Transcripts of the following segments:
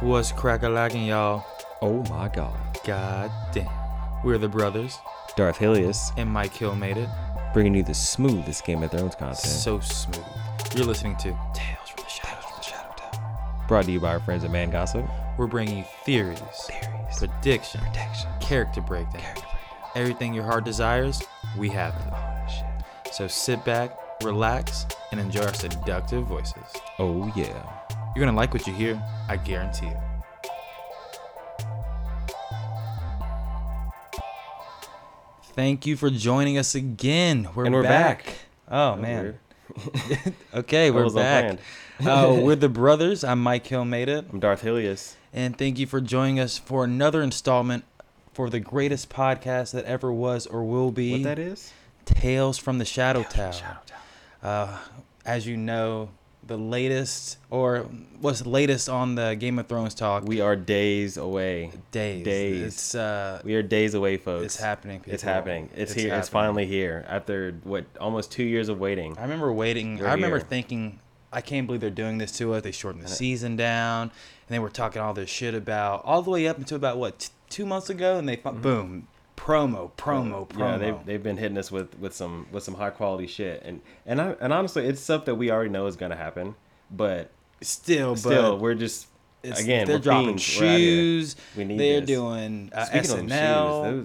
What's crack a lacking, y'all? Oh my god. God damn. We're the brothers, Darth Helios and Mike Hill made it bringing you the smoothest Game of Thrones content. so smooth. You're listening to Tales from the Shadows from the Shadow Town. Brought to you by our friends at Man Gossip. We're bringing you theories, Theories. prediction, character breakdown, everything your heart desires. We have it. So sit back, relax, and enjoy our seductive voices. Oh yeah. You're gonna like what you hear. I guarantee it. Thank you for joining us again. We're And we're back. back. Oh That was man. weird. Okay, we're was back. uh, we're the brothers. I'm Mike Hill made it, I'm Darth Helios. and thank you for joining us for another installment for the greatest podcast that ever was or will be. What that is? Tales from the Shadow Town. Uh, as you know, the latest or what's the latest on the Game of Thrones talk? We are days away. days. days. It's uh, We are days away, folks. it's happening. It's people. happening. It's, here. It's happening. finally here. After what almost two years of waiting. I remember waiting. We're I remember here. thinking, I can't believe they're doing this to us. They shortened the season down, and they were talking all this shit about all the way up until about what t- two months ago, and they fu- boom promo, promo, promo. Mm-hmm. Yeah, they've, they've been hitting us with, with some with some high quality shit, and and I, and honestly, it's stuff that we already know is gonna happen, but still, but still, we're just it's, again they're we're dropping fiends. We're outta here. shoes. We need they're this. doing uh, Speaking of them SNL.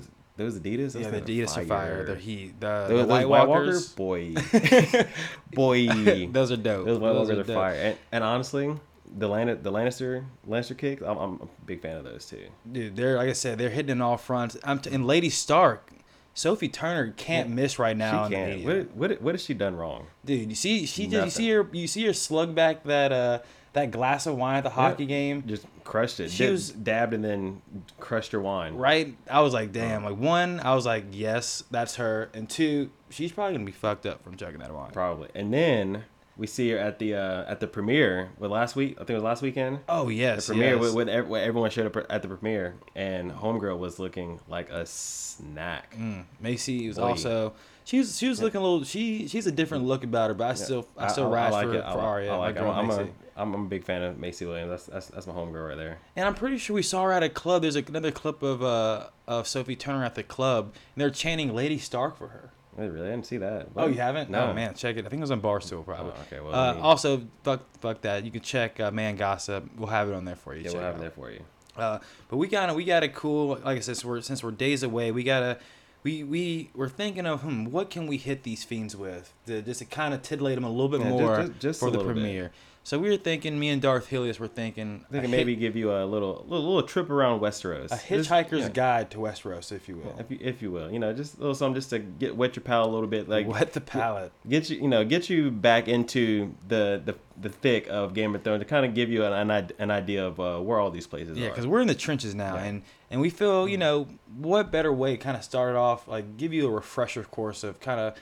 shoes, those those Adidas. yeah, the those Adidas are fire. They're heat. The, Those, the those White Walkers. boy, boy. Those are dope. those White Walkers are dope. fire. And, and honestly, the Lan- the Lannister Lannister kicks. I'm, I'm a big fan of those too. dude. They're like I said, they're hitting in all fronts. I'm t- and Lady Stark, Sophie Turner can't miss right now. She in the can't. media. What, what what has she done wrong? Dude, you see, she did. You Nothing. see her. You see her slug back that uh that glass of wine at the hockey game. Just crushed it. She She was- was dabbed and then crushed her wine. Right, I was like, damn. Like one, I was like, yes, that's her. And two, she's probably gonna be fucked up from chugging that wine. Probably. And then we see her at the uh, at the premiere with last week. I think it was last weekend. Oh yes, premiere yes. with, with ev- when everyone showed up at the premiere, and Homegirl was looking like a snack. Mm, Macy was Boy. also. She was she was looking a little. She she's a different look about her, but I still I still ride for, for Arya. I my like it. girl I'm, I'm, a, Macy. I'm I'm a big fan of Macy Williams. That's that's, that's my homegirl right there. And I'm pretty sure we saw her at a club. There's another clip of uh of Sophie Turner at the club, and they're chanting "Lady Stark" for her. I really didn't see that. Oh, What? you haven't? No, man, check it. I think it was on Barstool, probably. Oh, okay, well, uh, we- also, fuck, fuck that. You can check uh, Man Gossip. We'll have it on there for you. Yeah, check we'll have it it there for you. out. Uh, but we got we got a cool. Like I said, since we're since we're days away, we gotta. We we we're thinking of hmm, what can we hit these fiends with to, just to kind of titillate them a little bit Yeah, just- more just- just for a the little bit. premiere. So we were thinking, me and Darth Helios were thinking, I think a it hit- maybe give you a little little, little trip around Westeros. a Just- hitchhiker's yeah, guide to Westeros, if you will. If you, if you will, you know, just a little something just to get wet your palate a little bit, like Wet the palate. get you, you know, get you back into the the, the thick of Game of Thrones to kind of give you an an, id- an idea of uh, where all these places Yeah, are. because we're in the trenches now, Yeah. and and we feel you know what better way kind of start it off like give you a refresher course of kind of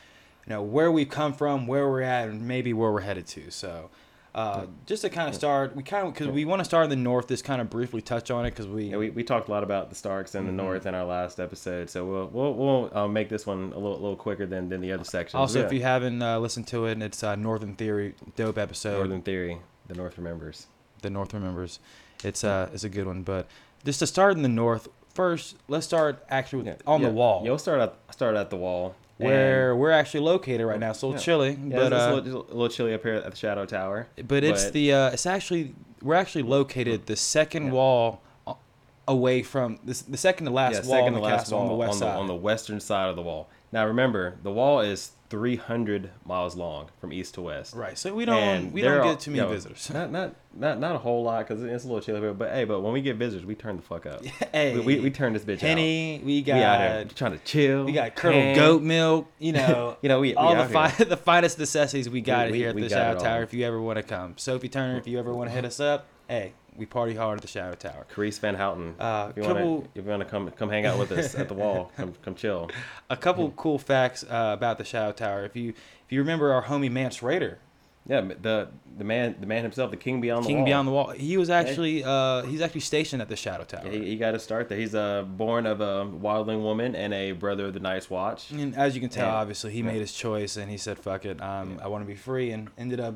you know where we've come from, where we're at, and maybe where we're headed to. So. Uh, just to kind of start, we kind of because we want to start in the north. Just kind of briefly touch on it because we, Yeah, we, we talked a lot about the Starks Mm-hmm. and the North in our last episode, so we'll we'll, we'll uh, make this one a little little quicker than, than the other sections. also yeah. if you haven't uh, listened to it, it's uh, Northern Theory, dope episode. Northern Theory, the North remembers. the North remembers. It's uh, it's a good one. But just to start in the north first, let's start actually with, Yeah, on yeah. the wall Yeah, we'll start at start at the wall where we're actually located right now. So a little Yeah. chilly, And- yeah, but it's, it's uh, a, little, it's a little chilly up here at the Shadow Tower. but it's the uh, it's actually we're actually located the second wall a- away from this the second to last yeah, wall in second the to last castle wall on the west side. on the western side of the wall. Now remember, the wall is 300 miles long from east to west. right, so we don't And we there don't are- get too many yo, visitors. Not not not not a whole lot because it's a little chilly, but, but hey, but when we get visitors, we turn the fuck up. Hey, we, we, we turn this bitch out. Henny, we We out here got trying to chill. we got curdled Hang. goat milk. You know, You know, we- we all the out here. fi- the finest necessities we got we- here at we the got Shadow it Tower. all. If you ever want to come, Sophie Turner, if you ever want to hit us up, hey, we party hard at the Shadow Tower. Carice Van Houten. Uh, if you want couple- to, if you want to come come hang out with us at the wall, come come chill. A couple Hmm. cool facts uh, about the Shadow Tower. If you if you remember our homie Mance Raider, Yeah, the the man the man himself, the king beyond the King wall. Beyond the Wall. He was actually uh, he's actually stationed at the Shadow Tower. He, he got to start there. He's uh, born of a wildling woman and a brother of the Night's Watch. and as you can tell, Yeah. obviously he made his choice and he said, "Fuck it, um, I want to be free," and ended up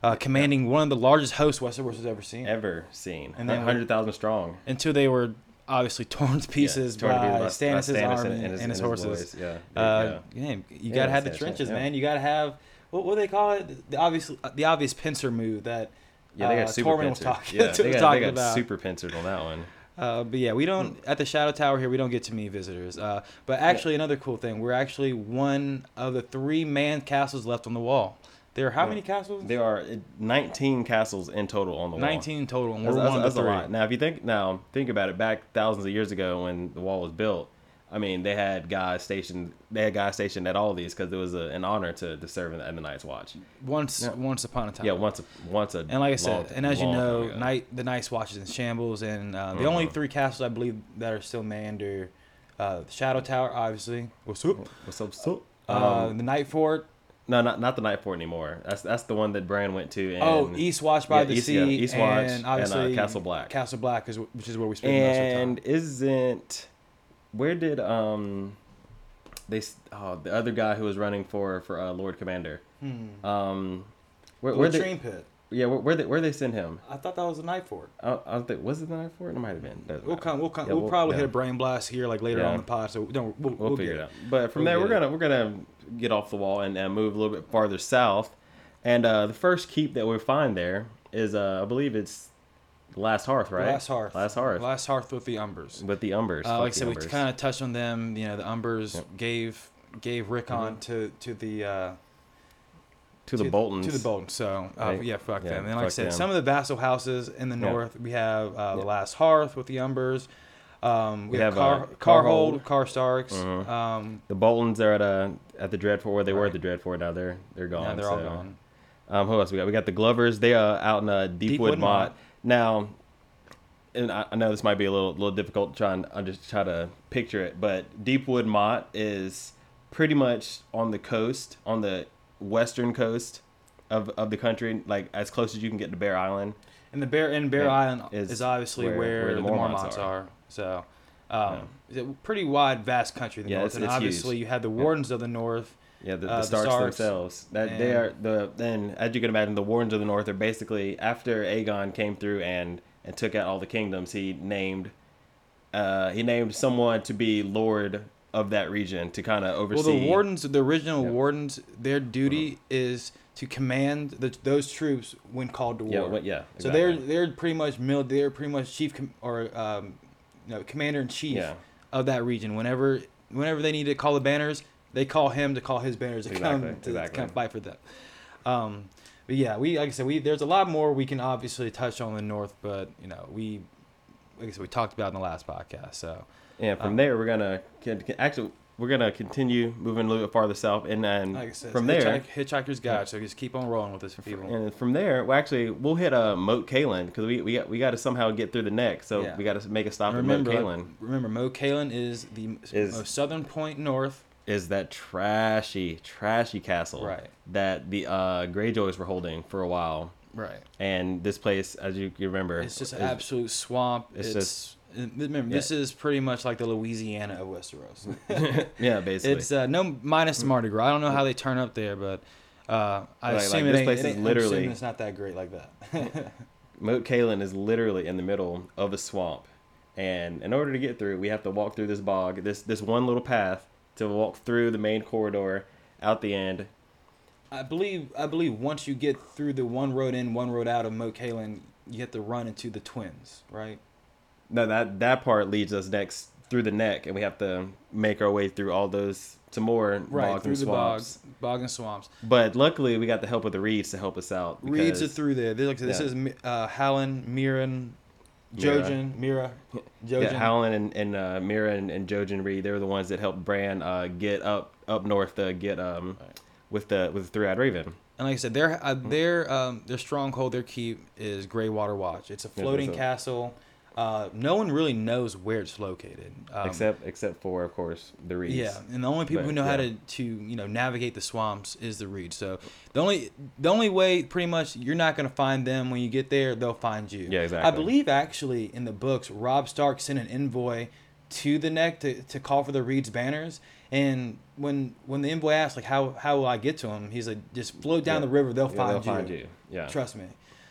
uh, commanding one of the largest hosts Westeros has ever seen. ever seen. And And then then hundred thousand strong. Until they were obviously torn to pieces torn to by, pieces by- by Stannis' uh, Stannis army and, his, horses. boys, yeah. Uh, man, you gotta Yeah, have the that's- trenches, yeah. man. You gotta have what, what do they call it? The obvious, the obvious pincer move that Yeah, they got uh, super Tormund was pincered. talking, yeah, was they got, talking they got about. super pincered on that one. Uh, but yeah, we don't at the Shadow Tower here. We don't get to meet visitors. Uh, but actually, another cool thing, we're actually one of the three man castles left on the wall. There are how Yeah. many castles? There are uh, 19 castles in total on the wall. Nineteen total, and we're That's, that's- one of that's the a three. lot. Now, if you think now, think about it. Back thousands of years ago, when the wall was built, I mean, they had guys stationed. They had guys stationed at all these because it was a, an honor to, to serve in the, in the Night's Watch. Once, Yeah. once upon a time. Yeah, once a once a And like I said, long- and as you long time know, ago. night the Night's Watch is in shambles, and uh, the only Mhm. three castles I believe that are still manned are uh, the Shadow Tower, obviously. What's up? What's up? so- Uh, um, the Night Fort. no, not not the Night Fort anymore. That's that's the one that Bran went to. And, Oh, East Watch by yeah, the East- Sea. yeah, East Watch and and, uh, obviously Castle Black. Castle Black is wh- which is where we spend most of the time. And isn't where did um they s- oh the other guy who was running for for uh, Lord Commander Hmm. um where where they, Latrine Pit. yeah where where they, where they send him I thought that was the Night Fort. I don't, I don't think was it the night for it might have been Doesn't We'll matter. come. We'll come. Yeah, we'll, probably yeah, hit a brain blast here like later Yeah. on in the pod. So don't. We'll, we'll, we'll figure get it out but from We'll there get we're it. gonna we're gonna get off the wall and uh, move a little bit farther south and uh the first keep that we find there is uh I believe it's Last Hearth right Last Hearth. Last Hearth Last Hearth with the Umbers. with the Umbers Uh, like I Fuck the said, we Umbers. kind of touched on them. You know, the Umbers gave gave Rickon to to the uh, to Mm-hmm. the Boltons to the Boltons. So uh, Right. yeah, fuck Yeah, them. And like I fuck said, them. some of the vassal houses in the Yeah. north, we have uh, the Yeah. Last Hearth with the Umbers. Um, we, We have, have, uh, Car Carhold, Carhold. Karstarks. Mhm. Um, The Boltons are at uh at the Dreadfort where they were at the Right. Dreadfort. Now they're they're gone. yeah, they're all so. gone. Um, who else we got? We got the Glovers. They are out in uh, Deepwood, Deepwood Mott. Mott. Now, and I, I know this might be a little little difficult to try and I just try to picture it, but Deepwood Mott is pretty much on the coast, on the western coast of of the country, like as close as you can get to Bear Island. And the Bear and Bear Yeah, Island is, is obviously where, where- where the, Mormonts, are. So, um, it's a pretty wide, vast country. The Yeah, north, it's- and it's huge. obviously you had the Wardens of the North. Yeah, the, the, Uh, the Starks, Starks themselves. That they are the then as you can imagine, the Wardens of the North are basically after Aegon came through and and took out all the kingdoms. He named uh he named someone to be lord of that region to kind of oversee. Well, the Wardens, the original Yep. Wardens, their duty is to command the, those troops when called to war. Yeah, what- yeah. So they're exactly. they're pretty much mil- they're pretty much chief com- or um, you know, commander in chief Yeah. of that region. Whenever whenever they need to call the banners, they call him to call his banners to come to, Exactly, to exactly. come fight for them. Um, but yeah, we like I said, we there's a lot more we can obviously touch on the north, but you know we like I said we talked about in the last podcast. So and Ah. from there we're gonna can, can- actually we're gonna continue moving a little bit farther south and then like I said, Mm. from it's there Hitchhik- Hitchhiker's Guide. So just keep on rolling with this, people. And from there, well, actually, we'll hit uh, Moat Kalen because we, we, got, we got to somehow get through the neck. So Yeah. we got to make a stop And at Moat remember, Kalen. remember, Mo Kalen is the Is- most southern point north. is that trashy, trashy castle Right. that the uh, Greyjoys were holding for a while. Right. And this place, as you, you remember, It's just an is- absolute swamp. It's, it's uh, remember this is pretty much like the Louisiana of Westeros. yeah, basically. it's uh, no minus the Mardi Gras. I don't know how they turn up there, but uh, I Hmm. Like- like, assume it this ain't- place it is ain't- I'm literally- assuming it's not that great like that. Moat Kalen is literally in the middle of a swamp, and in order to get through, we have to walk through this bog, this this one little path to walk through the main corridor, out the end. I believe I believe once you get through the one road in, one road out of Mo Kalen, you have to run into the twins, right? No, that that part leads us next through the neck, and we have to make our way through all those some more Right bogs through and the swamps. bogs, bog and swamps. But luckily, we got the help of the Reeds to help us out. Reeds are because- through there. They're Like, this Yeah. is Mi- uh, Hallen, Mirren, Mira. Jojen, Mira, Jojen. Yeah, Howland and, and uh, Mira and, and Jojen Reed, they were the ones that helped Bran uh, get up up north to get um with the with the three eyed raven. And like I said, their uh, their um, their stronghold, their keep is Greywater Watch. It's a that's floating it. castle. Uh, no one really knows where it's located. Um, except except for of course the Reeds. yeah, and the only people who but, know how yeah. to to you know navigate the swamps is the Reed. So the only the only way, pretty much, you're not gonna find them when you get there. They'll find you. Yeah, I exactly. believe actually in the books, Rob Stark sent an envoy to the neck to, to call for the Reed's banners. And when when the envoy asked like how how will I get to him, he's like just float down Yeah. the river. They'll, Yeah, find, they'll you. find you. Yeah. Mm-hmm. Trust me.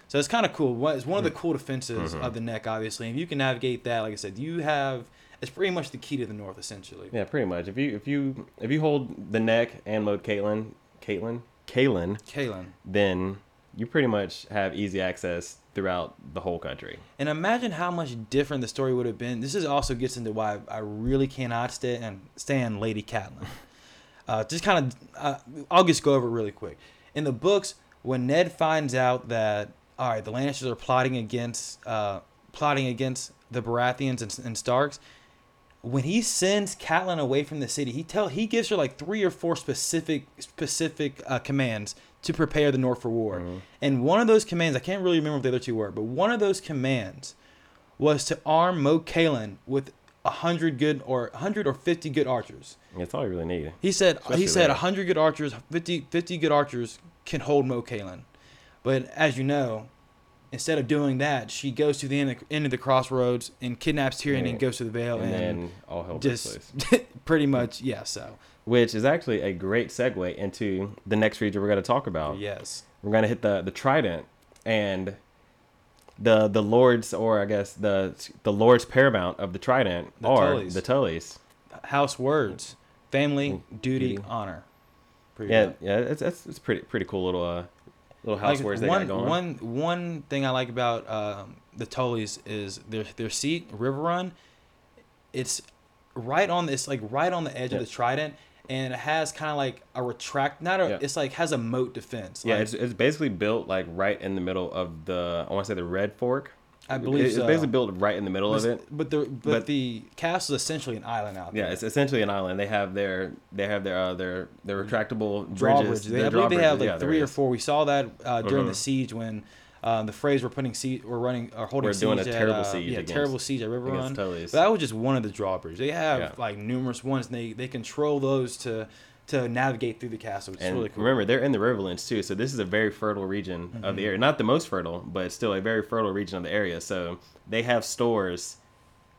So it's kind of cool. One- It's one of the cool defenses of the neck, obviously. And if you can navigate that, like I said, you have it's pretty much the key to the north, essentially. Yeah, pretty much. If you if you if you hold the neck and load Caitlyn, Caitlyn, Caitlyn, Kalen. then you pretty much have easy access throughout the whole country. And imagine how much different the story would have been. This is also gets into why I really cannot stand stand Lady Catelyn. Uh, just kind of, uh, I'll just go over it really quick. In the books, when Ned finds out that all right, the Lannisters are plotting against uh, plotting against the Baratheons and, and Starks, when he sends Catelyn away from the city, he tell he gives her like three or four specific specific uh, commands to prepare the North for war. Mm-hmm. And one of those commands, I can't really remember what the other two were, but one of those commands was to arm Mo Kalen with hundred good or hundred or fifty good archers. That's all you really need. He said he Especially said there. 100 good archers, 50, 50 good archers can hold Mo Kalen. But as you know, instead of doing that, she goes to the end of, end of the crossroads and kidnaps Tyrion and Right. goes to the Vale And and, then all hell breaks Oh, just loose. pretty much yeah. So Which is actually a great segue into the next region we're going to talk about. yes, We're going to hit the the Trident and the the lords or I guess the the lords paramount of the Trident The are Tullys. the Tullys. house words, family, duty, duty. honor. Pretty Yeah, good. yeah, it's it's, it's pretty pretty cool little uh little house Like, words they one, got going. one, one thing I like about um, the Tullys is their their seat, River Run. It's right on this, like right on the edge Yeah. of the Trident, and it has kind of like a retract. Not a. Yeah. It's like has a moat defense. Yeah, like, it's, it's basically built like right in the middle of the I want to say the Red Fork. I believe it's so. basically built right in the middle of it. But the but, but- the castle is essentially an island out there. Yeah, it's essentially an island. They have their they have their uh, their their retractable bridges. drawbridge. They, their I believe they have like drawbridges. Yeah, there three or is. four. We saw that uh, during the Mhm. siege when um, the Freys were putting siege, were running or holding We're siege. doing a at, terrible uh, siege Yeah, against- terrible siege at River Run. against But Tully's. that was just one of the drawbridges. They have Yeah. like numerous ones. And they they control those to to navigate through the castle. It's And really cool. Mm-hmm. remember, they're in the Riverlands too, so this is a very fertile region of the area. Not the most fertile, but still a very fertile region of the area. So they have stores,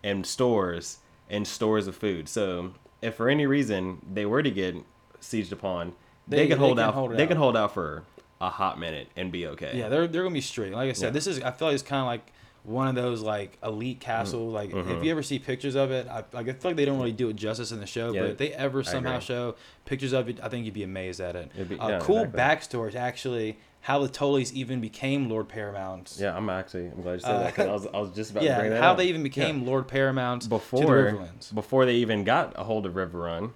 and stores and stores of food. So if for any reason they were to get sieged upon, they, They- can they hold can out. hold it they out. can hold out for a hot minute and be okay. Yeah, they're they're gonna be straight. Like I said, Yeah. Mm, this is I feel like it's kind of like one of those like elite castle. Like mm-hmm. if you ever see pictures of it, I like I feel like they don't really do it justice in the show. Yeah, but if they ever somehow agree. show pictures of it, I think you'd be amazed at it. It'd be- uh, yeah, cool exactly. backstory to actually how the Tullys even became Lord Paramount. Yeah, I'm actually I'm glad you said that 'cause that because I was, I was just about Yeah, to bring that how up. they even became Lord Paramount before to the Riverlands. before they even got a hold of River Run,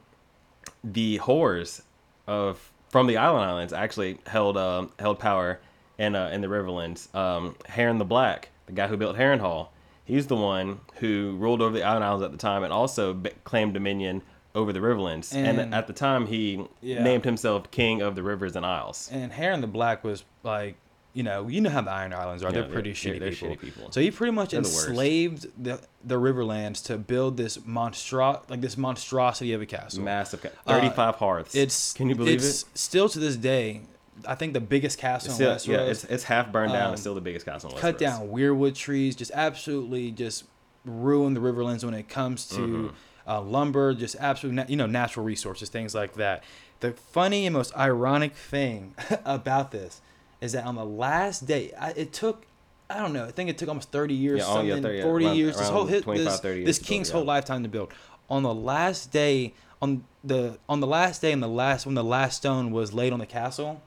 the whores of from the Island Islands actually held um, held power in uh, in the Riverlands. Um, Heron the Black, the guy who built Heron Hall, he's the one who ruled over the Island Islands at the time and also b- claimed dominion over the Riverlands. And, And- at the time, he Yeah. named himself King of the Rivers and Isles. And Heron the Black was like, you know, you know how the Iron Islands are. Yeah, they're pretty they're- shitty, they're people. shitty people. So he pretty much the worst. enslaved the, the Riverlands to build this monstro like this monstrosity of a castle. Massive, ca- thirty-five hearths. uh, It's can you believe it's it? Still to this day, I think the biggest castle in Still, Westeros. yeah, it's, it's half burned down. Um, it's still the biggest castle. in cut Westeros. down weirwood trees, just absolutely just ruin the Riverlands when it comes to Mm-hmm. uh, lumber, just absolute na- you know natural resources, things like that. The funny and most ironic thing about this is that on the last day, I, it took. I don't know. I think it took almost 30 years, Yeah, oh, something, yeah, 30, 40 around- years. This around whole hit, 25, this, 30 years this to build, king's yeah. whole lifetime to build. On the last day, on the on the last day, and the last when the last stone was laid on the castle.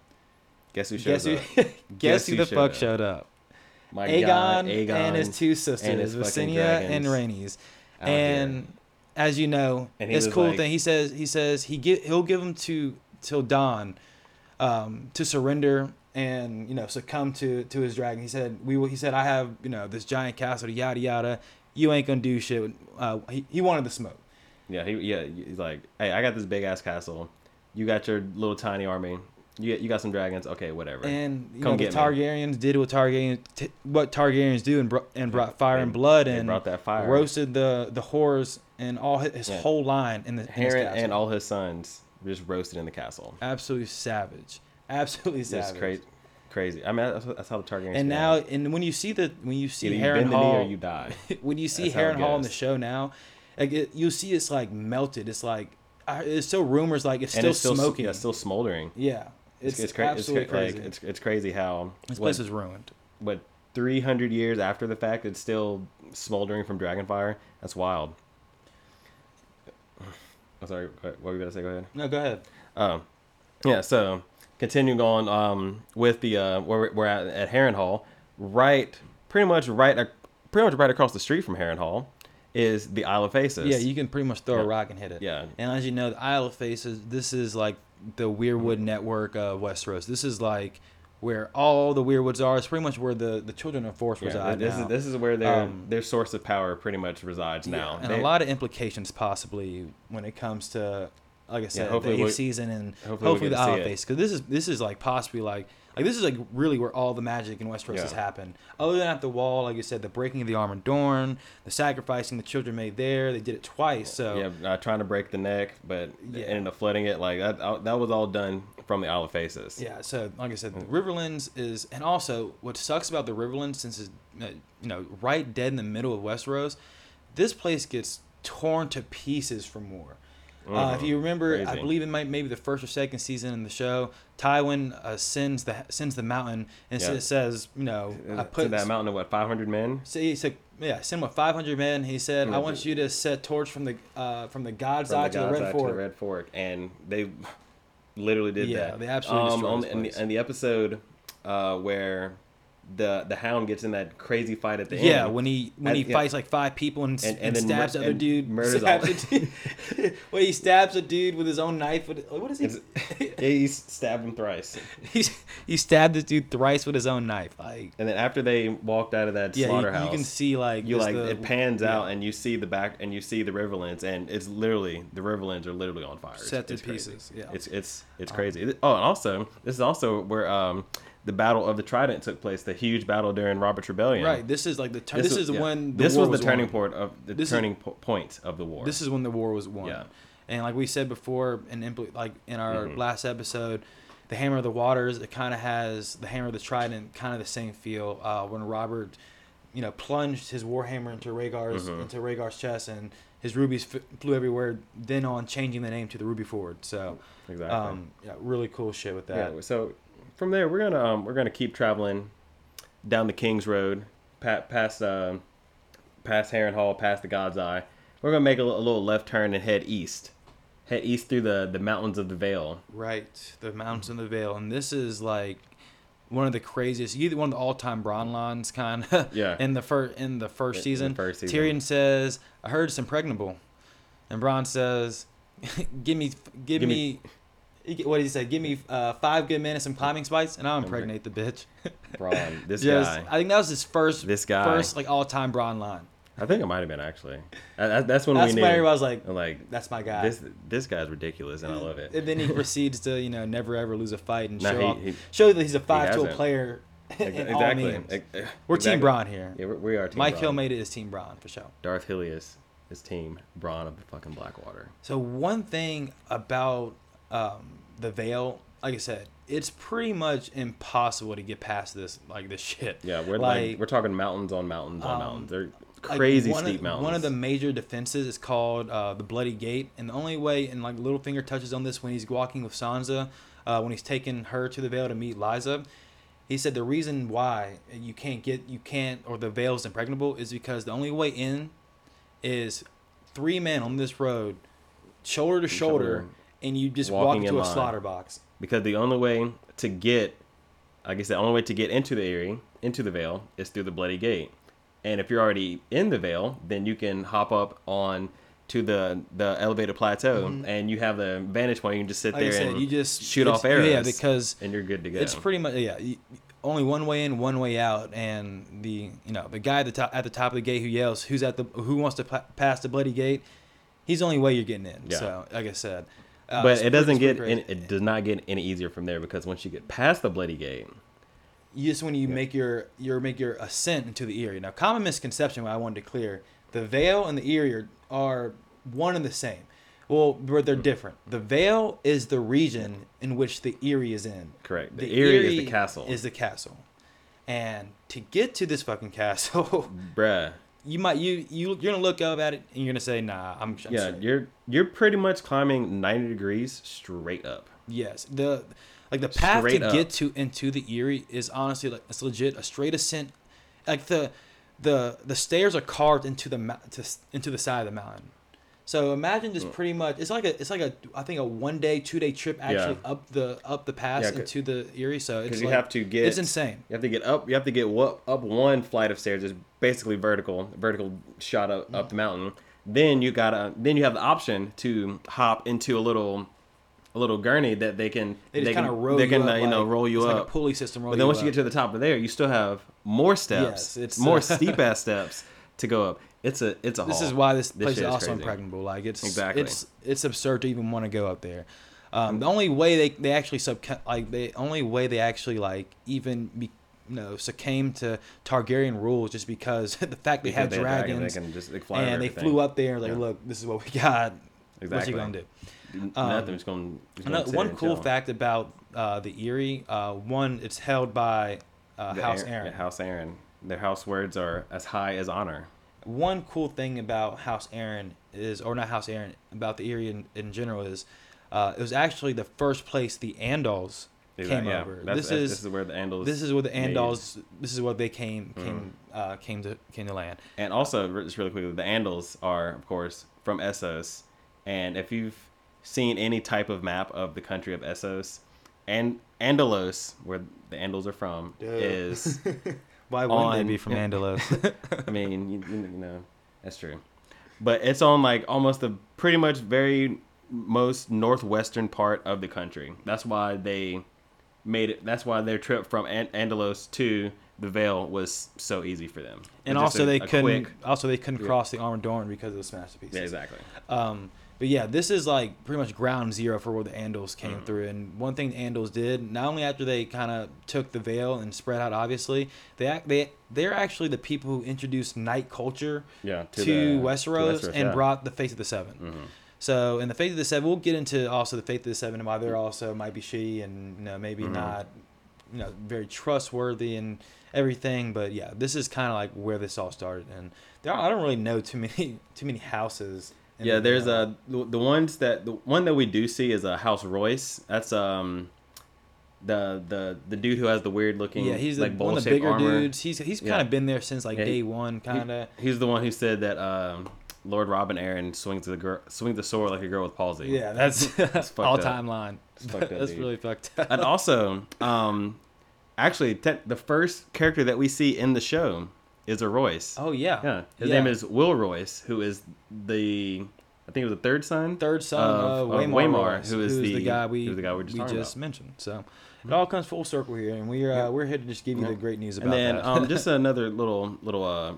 Guess who Guess shows who? up? guess, Guess who the who fuck showed showed up? My Aegon, God, and his two sisters, and his fucking Visenya and Rhaenys. dragons out here. And as you know, And he it's was cool like- thing. He says he says he get he'll give them to till dawn, um, to surrender and you know succumb to to his dragon. He said we will. He said I have you know this giant castle yada yada. You ain't gonna do shit. Uh, he he wanted the smoke. Yeah, he yeah he's like, hey, I got this big ass castle. You got your little tiny army. You you got some dragons. Okay, whatever. And you Come know, the get me. Targaryens did what Targaryens t- what Targaryens do and, br- and brought fire and blood they and brought that fire. roasted the the whores and all his, his Yeah. whole line in the in his Harren castle. and all his sons just roasted in the castle. absolutely savage, absolutely It's savage. crazy, crazy. I mean, that's, that's how the Targaryens. And get now, it. and when you see the when you see either you Heron bend the knee Hall, or you die. when you see That's how it Heron Hall in the goes. show now, Like it, you see, it's like melted. It's like I, it's still rumors like it's still, it's still smoking. Yeah, it's still smoldering. yeah, It's it's, it's, cra- it's, cra- absolutely crazy. Like, it's it's crazy how this what, place is ruined. what 300 years after the fact it's still smoldering from dragonfire. That's wild. I'm sorry. go ahead. What were you gonna say? Go ahead. No, go ahead. Oh, yeah. So continuing on um, with the uh, where we're- we're at at Heron Hall, right, pretty much right, ac- pretty much right across the street from Heron Hall is the Isle of Faces. Yeah, you can pretty much throw a Yeah. rock and hit it. Yeah. And as you know, the Isle of Faces, this is like the Weirwood network of Westeros. This is like where all the Weirwoods are. It's pretty much where the, the Children of Force Yeah, reside this now. is this is where their Um, their source of power pretty much resides Yeah, now. and They- a lot of implications possibly when it comes to, like I said, hopefully the eighth we'll- season and hopefully hopefully, we'll the get to see Isle of it. Faces because this is this is like possibly like like this is like really where all the magic in Westeros has Yeah. happened. Other than at the Wall, like you said, the breaking of the Armor Dorn, the sacrificing the children made there. They did it twice. So yeah, uh, trying to break the neck, but Yeah. ended up flooding it. Like that, uh, that was all done from the Isle of Faces. Yeah, so like I said, Mm. the Riverlands is, and also what sucks about the Riverlands, since it's uh, you know right dead in the middle of Westeros, this place gets torn to pieces for more. Uh, if Mhm. you remember, I Crazy. believe it might maybe the first or second season in the show, Tywin uh, sends the sends the mountain and Yeah. it says, you know, Uh, I to put that mountain of what 500 men. so he said, yeah, send with 500 men. He said, I Mhm. want you to set torch from the uh, from the God's from Eye to the God's Eye Red Fort. Red Fork, and they literally did Yeah, that. Um, they absolutely destroyed on this in, place. the, in the episode uh, where the the Hound gets in that crazy fight at the end. Yeah, when he when At- he yeah. fights like five people and, And- and, and then stabs the mur- other and dude. murders stabs all- a dude. well, he stabs a dude with his own knife. With, what is he? It's- he stabbed him thrice, he, he stabbed this dude thrice with his own knife. Like and then after they walked out of that yeah, you- you, slaughterhouse, can see like you just like the- it pans yeah, out and you see the back and you see the riverlands and it's literally the riverlands are literally on fire It's- Set to it's crazy. pieces, yeah. Uh-huh. it's it's it's crazy It- oh and also this is also where um the battle of the trident took place the huge battle during robert's rebellion Right. This is like the tur- this, is was- yeah. when the this war was the turning won. point of the This is- turning po- point of the war This is when the war was won. Yeah. Mm-hmm. And like we said before, and impl- like in our last episode, the Hammer of the Waters, it kind of has the Hammer of the Trident, kind of the same feel. Uh, when Robert, you know, plunged his warhammer into Rhaegar's Mm-hmm. into Rhaegar's chest, and his rubies f- flew everywhere. Then on changing the name to the Ruby Ford. So, exactly um, yeah, really cool shit with that. yeah, Uh, so from there we're gonna um, we're gonna keep traveling down the King's Road, past past um past Heron Hall, past the God's Eye. We're gonna make a, li- a little left turn and head east, head east through the the mountains of the Vale. Right, the mountains in the Vale, and this is like one of the craziest, either one of the all-time Bronn lines, kind of. Yeah. In the first in the first In the season, first season. Tyrion says, "I heard it's impregnable," and Bronn says, "Give me, give, Give me- me." he- What did he say? Give me uh, five good men and some climbing spice, and I'll pre- impregnate the bitch. Braun, this Just, guy, I think that was his first, this guy. first like all-time Bronn line. I think it might have been actually. I, I, that's when That's when we knew. everybody was like, like "That's my guy." this this guy's ridiculous, and I love it. And then he proceeds to, you know, never ever lose a fight and No, show he- off, he- show that he's a five tool hasn't. player. in Ex- all means. Ex- ex- We're exactly. Team Braun here. Yeah, we- we are Team Mike Hill Braun. made it as Team Braun for sure. Darth Hilius is Team Braun of the fucking Blackwater. So one thing about um, the Veil, like I said, it's pretty much impossible to get past this like this shit. Yeah, we're like, we're talking mountains on mountains on um, mountains. They're like, crazy one steep of, mountains. One of the major defenses is called uh, the Bloody Gate, and the only way, and like Littlefinger touches on this when he's walking with Sansa, uh, when he's taking her to the Vale to meet Liza, he said the reason why you can't get, you can't, or the Vale's impregnable is because the only way in is three men on this road, shoulder to shoulder, shoulder, and you just walk walking in into a line. slaughter box. because the only way to get, like I said, the only way to get into the area, into the veil, is through the bloody gate. And if you're already in the veil, then you can hop up on to the the elevated plateau, and you have the vantage point. You can just sit Mm-hmm. Like I there said, and you just shoot it's- off arrows. Yeah, because and you're good to go. It's pretty much yeah. y- Only one way in, one way out, and the you know the guy at the top at the top of the gate who yells, "Who's at the who wants to pa- pass the bloody gate?" He's the only way you're getting in. Yeah. So like I said, uh, but it's it pretty- doesn't it's pretty get crazy. any, it does not get any easier from there because once you get past the bloody gate, you just when you make your your make your ascent into the Erie. Now, common misconception what I wanted to clear: the veil and the Erie are, are one and the same. Well, but Hmm. they're different. The veil is the region in which the Erie is in. Correct. The Eyrie is the castle. Is the castle, and to get to this fucking castle, bruh, you might you you you're gonna look up at it and you're gonna say, nah, I'm, I'm yeah, straight. you're you're pretty much climbing 90 degrees straight up. Yes, the like the path Straight to up. get to into the Erie is honestly like it's legit a straight ascent. Like the the the stairs are carved into the mou- to, s- into the side of the mountain. So imagine just pretty much it's like a it's like a I think a one day two day trip actually Yeah. up the up the pass Yeah, 'cause- into the Erie. So it's Because you like- have to get it's insane. You have to get up. You have to get what up one flight of stairs. It's basically vertical, vertical shot up, up the mountain. Then you gotta. Then you have the option to hop into a little, a little gurney that they can. They just can- kind of roll They you can up, uh, you know like- roll you it's up. like a pulley system. Roll but then you once you up. get to the top of there, you still have more Yes, steps. it's, more uh, steep ass steps to go up. It's a it's a. this haul. is why this place is, Oh, shit also crazy. impregnable. Like it's Exactly. Mm. it's it's absurd to even want to go up there. Um, the only way they, they actually sub like the only way they actually like even be, you know succumbed to Targaryen rules just because the fact they Because have they have dragons dragons, they can just- they fly over and they everything. flew up there like Yeah. look this is what we got what Exactly. you gonna do. Nothing's going. Um, Another, one cool fact about uh, the Erie, uh, one it's held by uh, House Aaron. House Aaron. Their house words are as high as honor. one cool thing about House Aaron is, or not House Aaron, about the area in, in general is, uh, it was actually the first place the Andals came Exactly, yeah. over. That's- This that's- is, this is where the Andals. this is where the made- Mm-hmm. Andals. This is where they came came uh, came to came to land. And also, re- just really quickly, the Andals are, of course, from Essos. And if you've seen any type of map of the country of Essos, and Andalos, where the Andals are from, is, Why wouldn't wouldn't they they On- be be from from Andalos? I mean, you, you know, that's true. But it's on like almost the pretty much very most northwestern part of the country. That's why they made it. That's why their trip from An- Andalos to the Vale was so easy for them. and It's just also, a- they a couldn't. quick- Also, they couldn't cross the Armadorn because it was smashed to pieces. Yeah, exactly. Um, but yeah, this is like pretty much ground zero for where the Andals came Mm. through. And one thing the Andals did, not only after they kind of took the veil and spread out, obviously, they ac- they they're actually the people who introduced night culture Yeah, to, to the- Westeros to Westeros, and yeah. Mm-hmm. brought the Faith of the 7 So in the Faith of the Seven, we'll get into also the Faith of the Seven and why they're also might be shitty and you know, maybe Mm-hmm. not you know very trustworthy and everything but yeah this is kind of like where this all started and there are, i don't really know too many too many houses in Yeah, the- there's a the the ones that the one that we do see is a House Royce. That's um the the the dude who has the weird looking Yeah, he's like the, one of the bowl-shaped bigger armor. dudes. He's he's Yeah. kind of been there since like Yeah, he- day one, He- kind of. he's the one who said that um, Lord Robin Aaron swings the girl swings the sword like a girl with palsy. Yeah, that's, fucked all up. time line. It's fucked up, that's dude. really fucked up. And also, um, actually, te- the first character that we see in the show is a Royce. Oh yeah, Yeah, his Yeah. name is Will Royce, who is the I think it was the third son. third son of, Waymar, Royce, uh, who is who's the, guy we who's the guy we we're just we talking just about. Mm-hmm. mentioned. So it all comes full circle here, and we uh, we're here to just give you the great news about And then that. um, just another little little uh,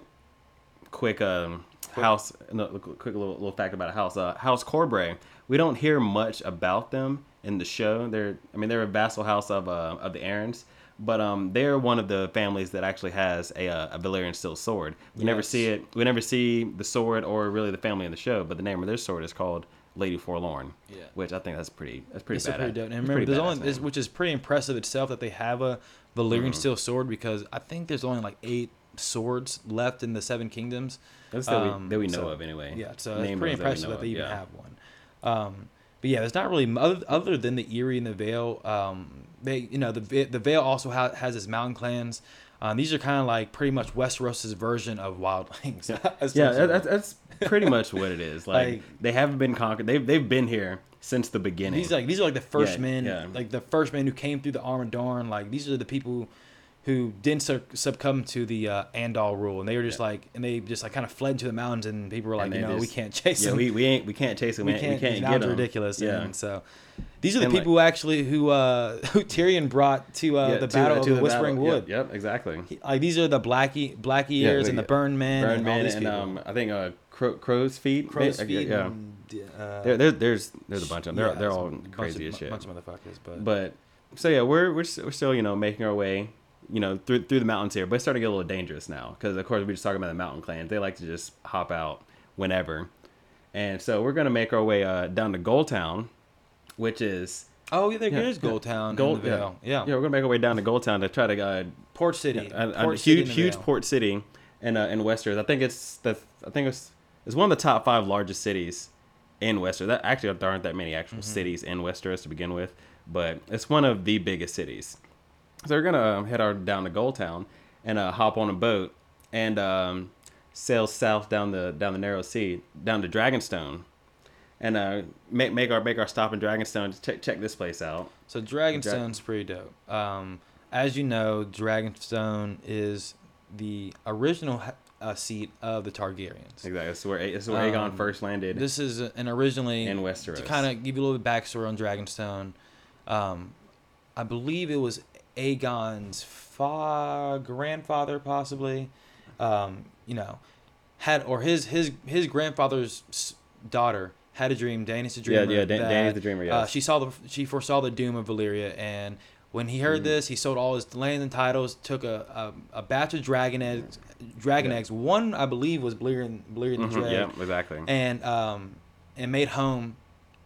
quick um, house no, quick little, little fact about a house uh, House Corbray. We don't hear much about them in the show. They're I mean they're a vassal house of uh, of the Aarons, but um, they're one of the families that actually has a uh, a Valyrian steel sword. We never Yes. see it. We never see the sword or really the family in the show. But the name of their sword is called Lady Forlorn. Yeah. which I think that's pretty that's pretty. it's a badass. pretty dope. And It's remember, pretty there's badass Mm-hmm. only name. this, which is pretty impressive itself that they have a Valyrian steel sword because I think there's only like eight swords left in the Seven Kingdoms. That's that, Um, we, that we know so- of anyway. Yeah, so it's Name pretty ones we impressive know that, they of, even yeah. have one. Um, but yeah, there's not really mu- other, other than the Erie and the Vale. Um, they, you know, the Va- the Vale also ha- has its mountain clans. Um, these are kind of like pretty much Westeros' version of wildlings. Yeah, essentially. that, that's, that's pretty much what it is. Like, Like- they haven't been conquered. They've they've been here since the beginning. These like these are like the first Yeah, men, yeah. like the first men who came through the Armadorn. Like these are the people who didn't su- succumb to the uh, Andal rule, and they were just like, and they just like kind of fled into the mountains, and people were like, And you they know, we just- can't chase yeah, them. we, we ain't we can't chase them. we can't, we can't get get them. ridiculous. Yeah. And so these are the And, people who actually who uh, who Tyrion brought to uh, Yeah, the to- battle to of the, Whispering battle. Wood. Yep, yep, exactly. He- Like these are the Blackie Black Yeah, Ears and the we- Burn Men Burn and all Man these and people. um, I think uh, Crow, Crow's Feet. Crow's Yeah, Feet. Yeah, and, uh, there, there, there's there's a bunch of them. yeah, They're they're it's a all bunch crazy of, as shit. Bunch of motherfuckers, but, But so yeah, we're we're, s- we're still you know making our way you know through through the mountains here, but it's starting to get a little dangerous now because of course we just talking about the mountain clans. They like to just hop out whenever, and so we're gonna make our way uh, down to Gold Town, which is oh yeah, there yeah, is yeah. Gold Town, Gold Gold Vale, yeah. yeah we're gonna make our way down to Gold Town to try to uh, Port City, a, a Port huge City in the huge Vale. port city in uh, in Westeros. I think it's the I think it's it's one of the top five largest cities in Westeros. That actually there aren't that many actual Mm-hmm. cities in Westeros to begin with, but it's one of the biggest cities. So we're gonna um, head our down to Gold Town and uh, hop on a boat and um, sail south down the down the narrow sea down to Dragonstone, and uh, make make our make our stop in Dragonstone. Just check check this place out. So Dragonstone's pretty dope. Um, as you know, Dragonstone is the original ha- uh, seat of the Targaryens. Exactly. This is where A- this is where Aegon Um, first landed. This is an originally In Westeros. To kind of give you a little bit of backstory on Dragonstone, um, I believe it was Aegon's fa- grandfather, possibly. Um, you know, had or his his his grandfather's s- daughter had a dream. Daenerys the Yeah, dreamer. yeah, Dan- that, Daenerys the Dreamer, Uh, yes. she saw the she foresaw the doom of Valyria, and when he Mm-hmm. heard this, he sold all his lands and titles, took a a, a batch of dragon eggs, dragon Yeah. eggs. One I believe was Valyrian Valyrian the Mhm, Dread, yeah, exactly. and um and made home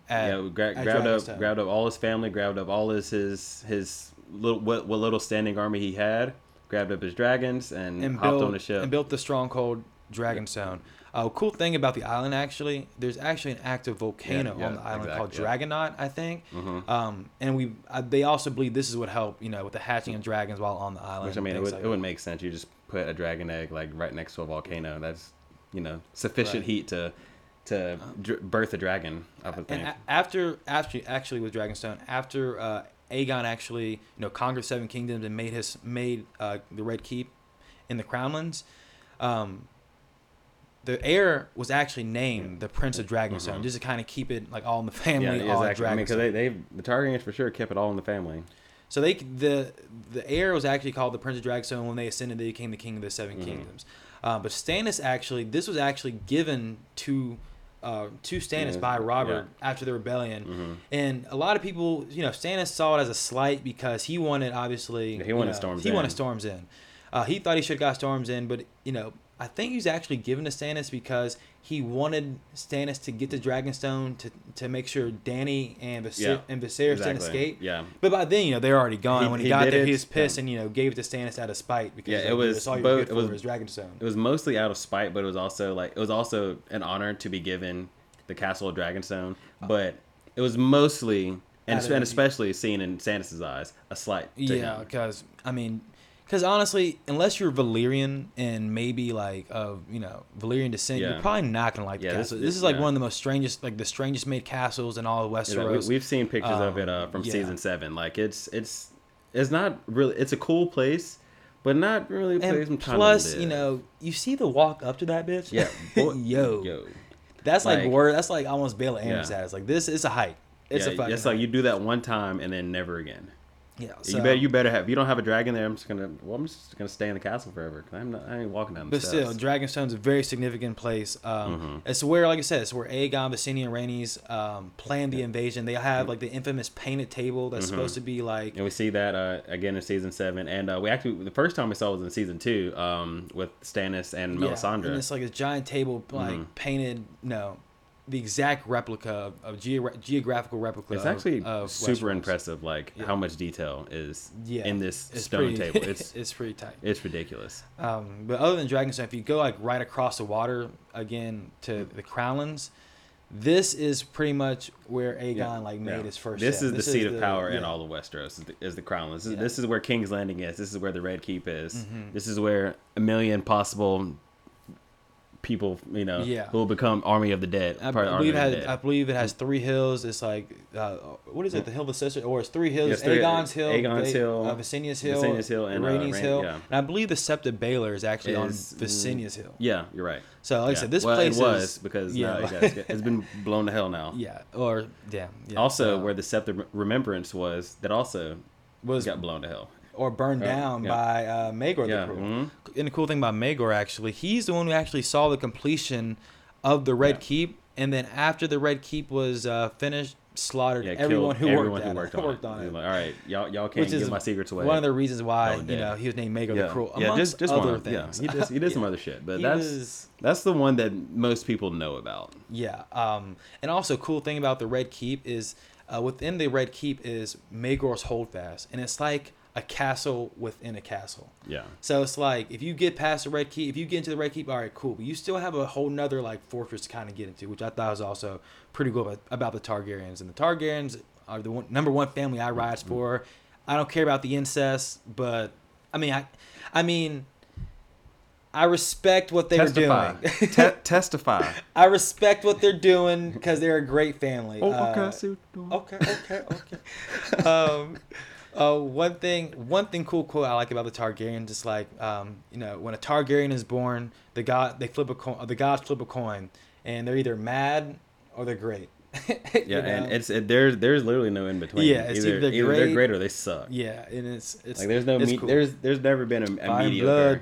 at, yeah, gra- at grabbed up, Dragonstone. grabbed up all his family, grabbed up all his his his little what, what little standing army he had, grabbed up his dragons, and, and hopped built on the ship. and built the stronghold Dragonstone. A cool thing about the island actually, there's actually an active volcano yeah, Mm-hmm. on the island called exact- Dragonaut, I think. Um, and we uh, they also believe this is what helped you know with the hatching of dragons while on the island. Which I mean, it things would like it would make sense. You just put a dragon egg like right next to a volcano. That's you know sufficient Right. heat to to dr- birth a dragon. I would And think. a- after, after, actually, with Dragonstone, after uh, Aegon actually, you know, conquered Seven Kingdoms and made his made uh, the Red Keep in the Crownlands, um, the heir was actually named the Prince of Dragonstone, just to kind of keep it like all in the family, Mm-hmm. yeah, all exactly. I mean, Dragonstone. because they they the Targaryens for sure kept it all in the family. So they the the heir was actually called the Prince of Dragstone when they ascended. They became the king of the 7 Mm-hmm. kingdoms. Uh, but Stannis actually, this was actually given to uh, to Stannis Yeah, Mm-hmm. by Robert after the rebellion, and a lot of people, you know, Stannis saw it as a slight because he wanted obviously Yeah, he you wanted know, Storm's he End. wanted Storms in. Uh, he thought he should have got Storms in, but you know, I think he was actually given to Stannis because he wanted Stannis to get to Dragonstone to to make sure Danny and Viser- Yeah, and Viserys didn't exactly. escape. Yeah. But by then, you know, they're already gone. He- when he, he got did there, it, he was pissed yeah. and you know gave it to Stannis out of spite because Yeah, like, it you know, was that's all you both- were good it for was was- Dragonstone. It was mostly out of spite, but it was also like it was also an honor to be given the castle of Dragonstone. But it was mostly and, Oh. Out of- and especially seen in Stannis' eyes a slight. To Yeah, him. because I mean, because honestly, unless you're Valyrian and maybe like of you know Valyrian descent, Yeah. you're probably not gonna like Yeah, the this- castle. This, this- is like yeah. one of the most strangest, like the strangest made castles in all of Westeros. Yeah, we, we've seen pictures of it uh, Um, from yeah. season seven. Like it's it's it's not really it's a cool place, but not really a place. I'm and trying to plus, you live. know, you see the walk up to that bitch. yeah, boy- yo, yo, that's like, like- word. That's like almost Bale Aaron Yeah. status. Like this is a hike. It's yeah, a fucking. it's like you do that one time and then never again. hike. yeah. So, you better you better have. If you don't have a dragon there, I'm just gonna well, I'm just gonna stay in the castle forever. Cause I'm not I ain't walking down the But still, steps. Dragonstone's a very significant place. Um, Mm-hmm. It's where, like I said, it's where Aegon, Visenya, and Rhaenys um, planned the invasion. They Mm-hmm. have like the infamous painted table that's supposed to be like And we see that uh, again in season seven, and uh, we actually the first time we saw was in season two um, with Stannis and yeah, Melisandre. Mm-hmm. and it's like a giant table, like painted, no, the exact replica of, of geogra- geographical replica. It's of- actually of super Westeros. impressive, like uh, Yeah. how much detail is Yeah, in this it's stone pretty- table. It's it's pretty tight. it's ridiculous. Um, but other than Dragonstone, if you go like right across the water again to the Crownlands, this is pretty much where Aegon like made Yeah. his first. This step. is the seat of power yeah. in all of Westeros. Is the, is the crown. This is, Yeah. Mm-hmm. this is where King's Landing is. This is where the Red Keep is. This is where a million possible people, you know, Yeah. who will become Army of the Dead. I probably Army believe, it of the has, Dead. I believe it has three hills. It's like, uh, what is it? The Hill of the Sister, or it's three hills. Yes, three- Aegon's Hill, Aegon's Ve- Hill, uh, Visenya's Hill, Visenya's Hill, and, uh, Rhaenys Rhaen- Hill. yeah. And I believe the Septa Baylor is actually Is- on Visenya's Hill. yeah, you're right. So, like I Yeah. said, this Well, place it was is because uh, yeah, now it has- it's been blown to hell now. yeah, or yeah, yeah. So, Also, where the Scepter Remembrance was, that also was got blown to hell. or burned Oh, down yeah. by uh, Magor Yeah, the Cruel. mhm. And the cool thing about Magor, actually, he's the one who actually saw the completion of the Red Yeah. Keep, and then after the Red Keep was uh, finished, slaughtered Yeah, everyone killed who everyone worked, who at worked it, on it. He's like, All right, y'all, y'all can't Which is give my secrets away. One of the reasons why No, it you know did. he was named Magor yeah. the Cruel, amongst yeah, just, just other one. things. Yeah, he does, he did some other shit, but He that's was- that's the one that most people know about. Yeah. Um, and also, cool thing about the Red Keep is uh, within the Red Keep is Magor's Holdfast, and it's like a castle within a castle. Yeah. So it's like if you get past the red keep, if you get into the red keep, all right, cool. But you still have a whole nother like fortress to kind of get into, which I thought was also pretty cool about, about the Targaryens. And the Targaryens are the one, number one family I rise Mm-hmm. for. I don't care about the incest, but I mean, I, I mean, I respect what they testify. were doing. Te- testify. I respect what they're doing because they're a great family. Oh, Uh, okay. I see what you're doing. okay, okay, okay. um, uh, one thing, one thing cool, cool I like about the Targaryen, just like um, you know, when a Targaryen is born, the god they flip a coin, the gods flip a coin, and they're either mad or they're great. You Yeah, and know? it's it, there's there's literally no in between. Yeah, it's either either great- they're great or they suck. yeah, and it's it's Like there's no it's me- cool. there's there's never been a, a Fire and mediocre.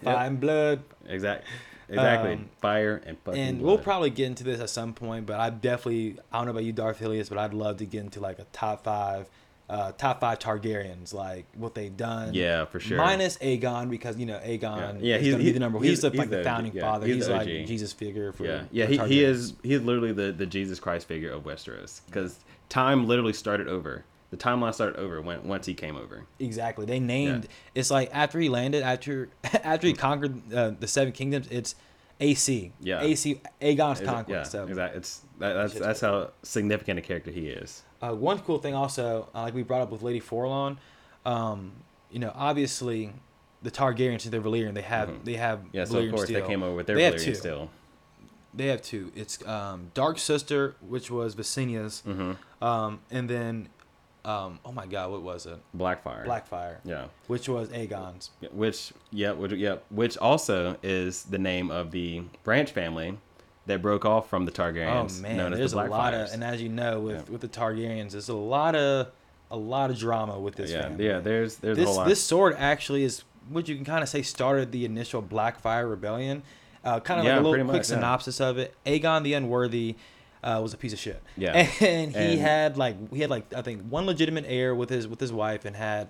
fine blood, Exactly. Exactly. Um, Fire and fucking. and we'll blood. probably get into this at some point. But I definitely, I don't know about you, Darth Hilius, but I'd love to get into like a top five, uh, top five Targaryens, like what they've done. Yeah, for sure. Minus Aegon because you know Aegon. Yeah. Yeah, is he's- gonna be he- the number. He's, he's- the, he's like the, the- founding yeah, father. he's He's, the like OG. Jesus figure for. Yeah, yeah, for he, he Targaryens. is he's literally the, the Jesus Christ figure of Westeros because time literally started over. The timeline started over when once he came over. exactly. They named it's like after he landed after after he Hmm. conquered uh, the Seven Kingdoms. It's AC. Yeah. AC Aegon's Is it- conquest. yeah, so exactly. It's that, that's Shit's that's how significant a character he is. Uh, one cool thing also, uh, like we brought up with Lady Forlon, um, you know, obviously the Targaryens and the Valyrian, they have they have Mm-hmm. Yeah, so of Valyrian course steel. they came over with their They have Valyrian two. still. They have two. It's um, Dark Sister, which was Visenya's, Mm-hmm. um, and then um, oh my god, what was it? Blackfire. Blackfire, Yeah. which was Aegon's. Yeah, Which yeah, which yeah, which also is the name of the branch family that broke off from the Oh Targaryens, man, known as there's the a lot Blackfires. of, and as you know, with, Yeah. with the Targaryens, there's a lot of a lot of drama with this. yeah, family. yeah. There's there's a this whole lot. this sword actually is what you can kind of say started the initial Blackfire rebellion. Uh, kind of Yeah, like a pretty little much, quick yeah. synopsis of it. Aegon the Unworthy uh, was a piece of shit. Yeah. and he And- had like he had like I think one legitimate heir with his with his wife and had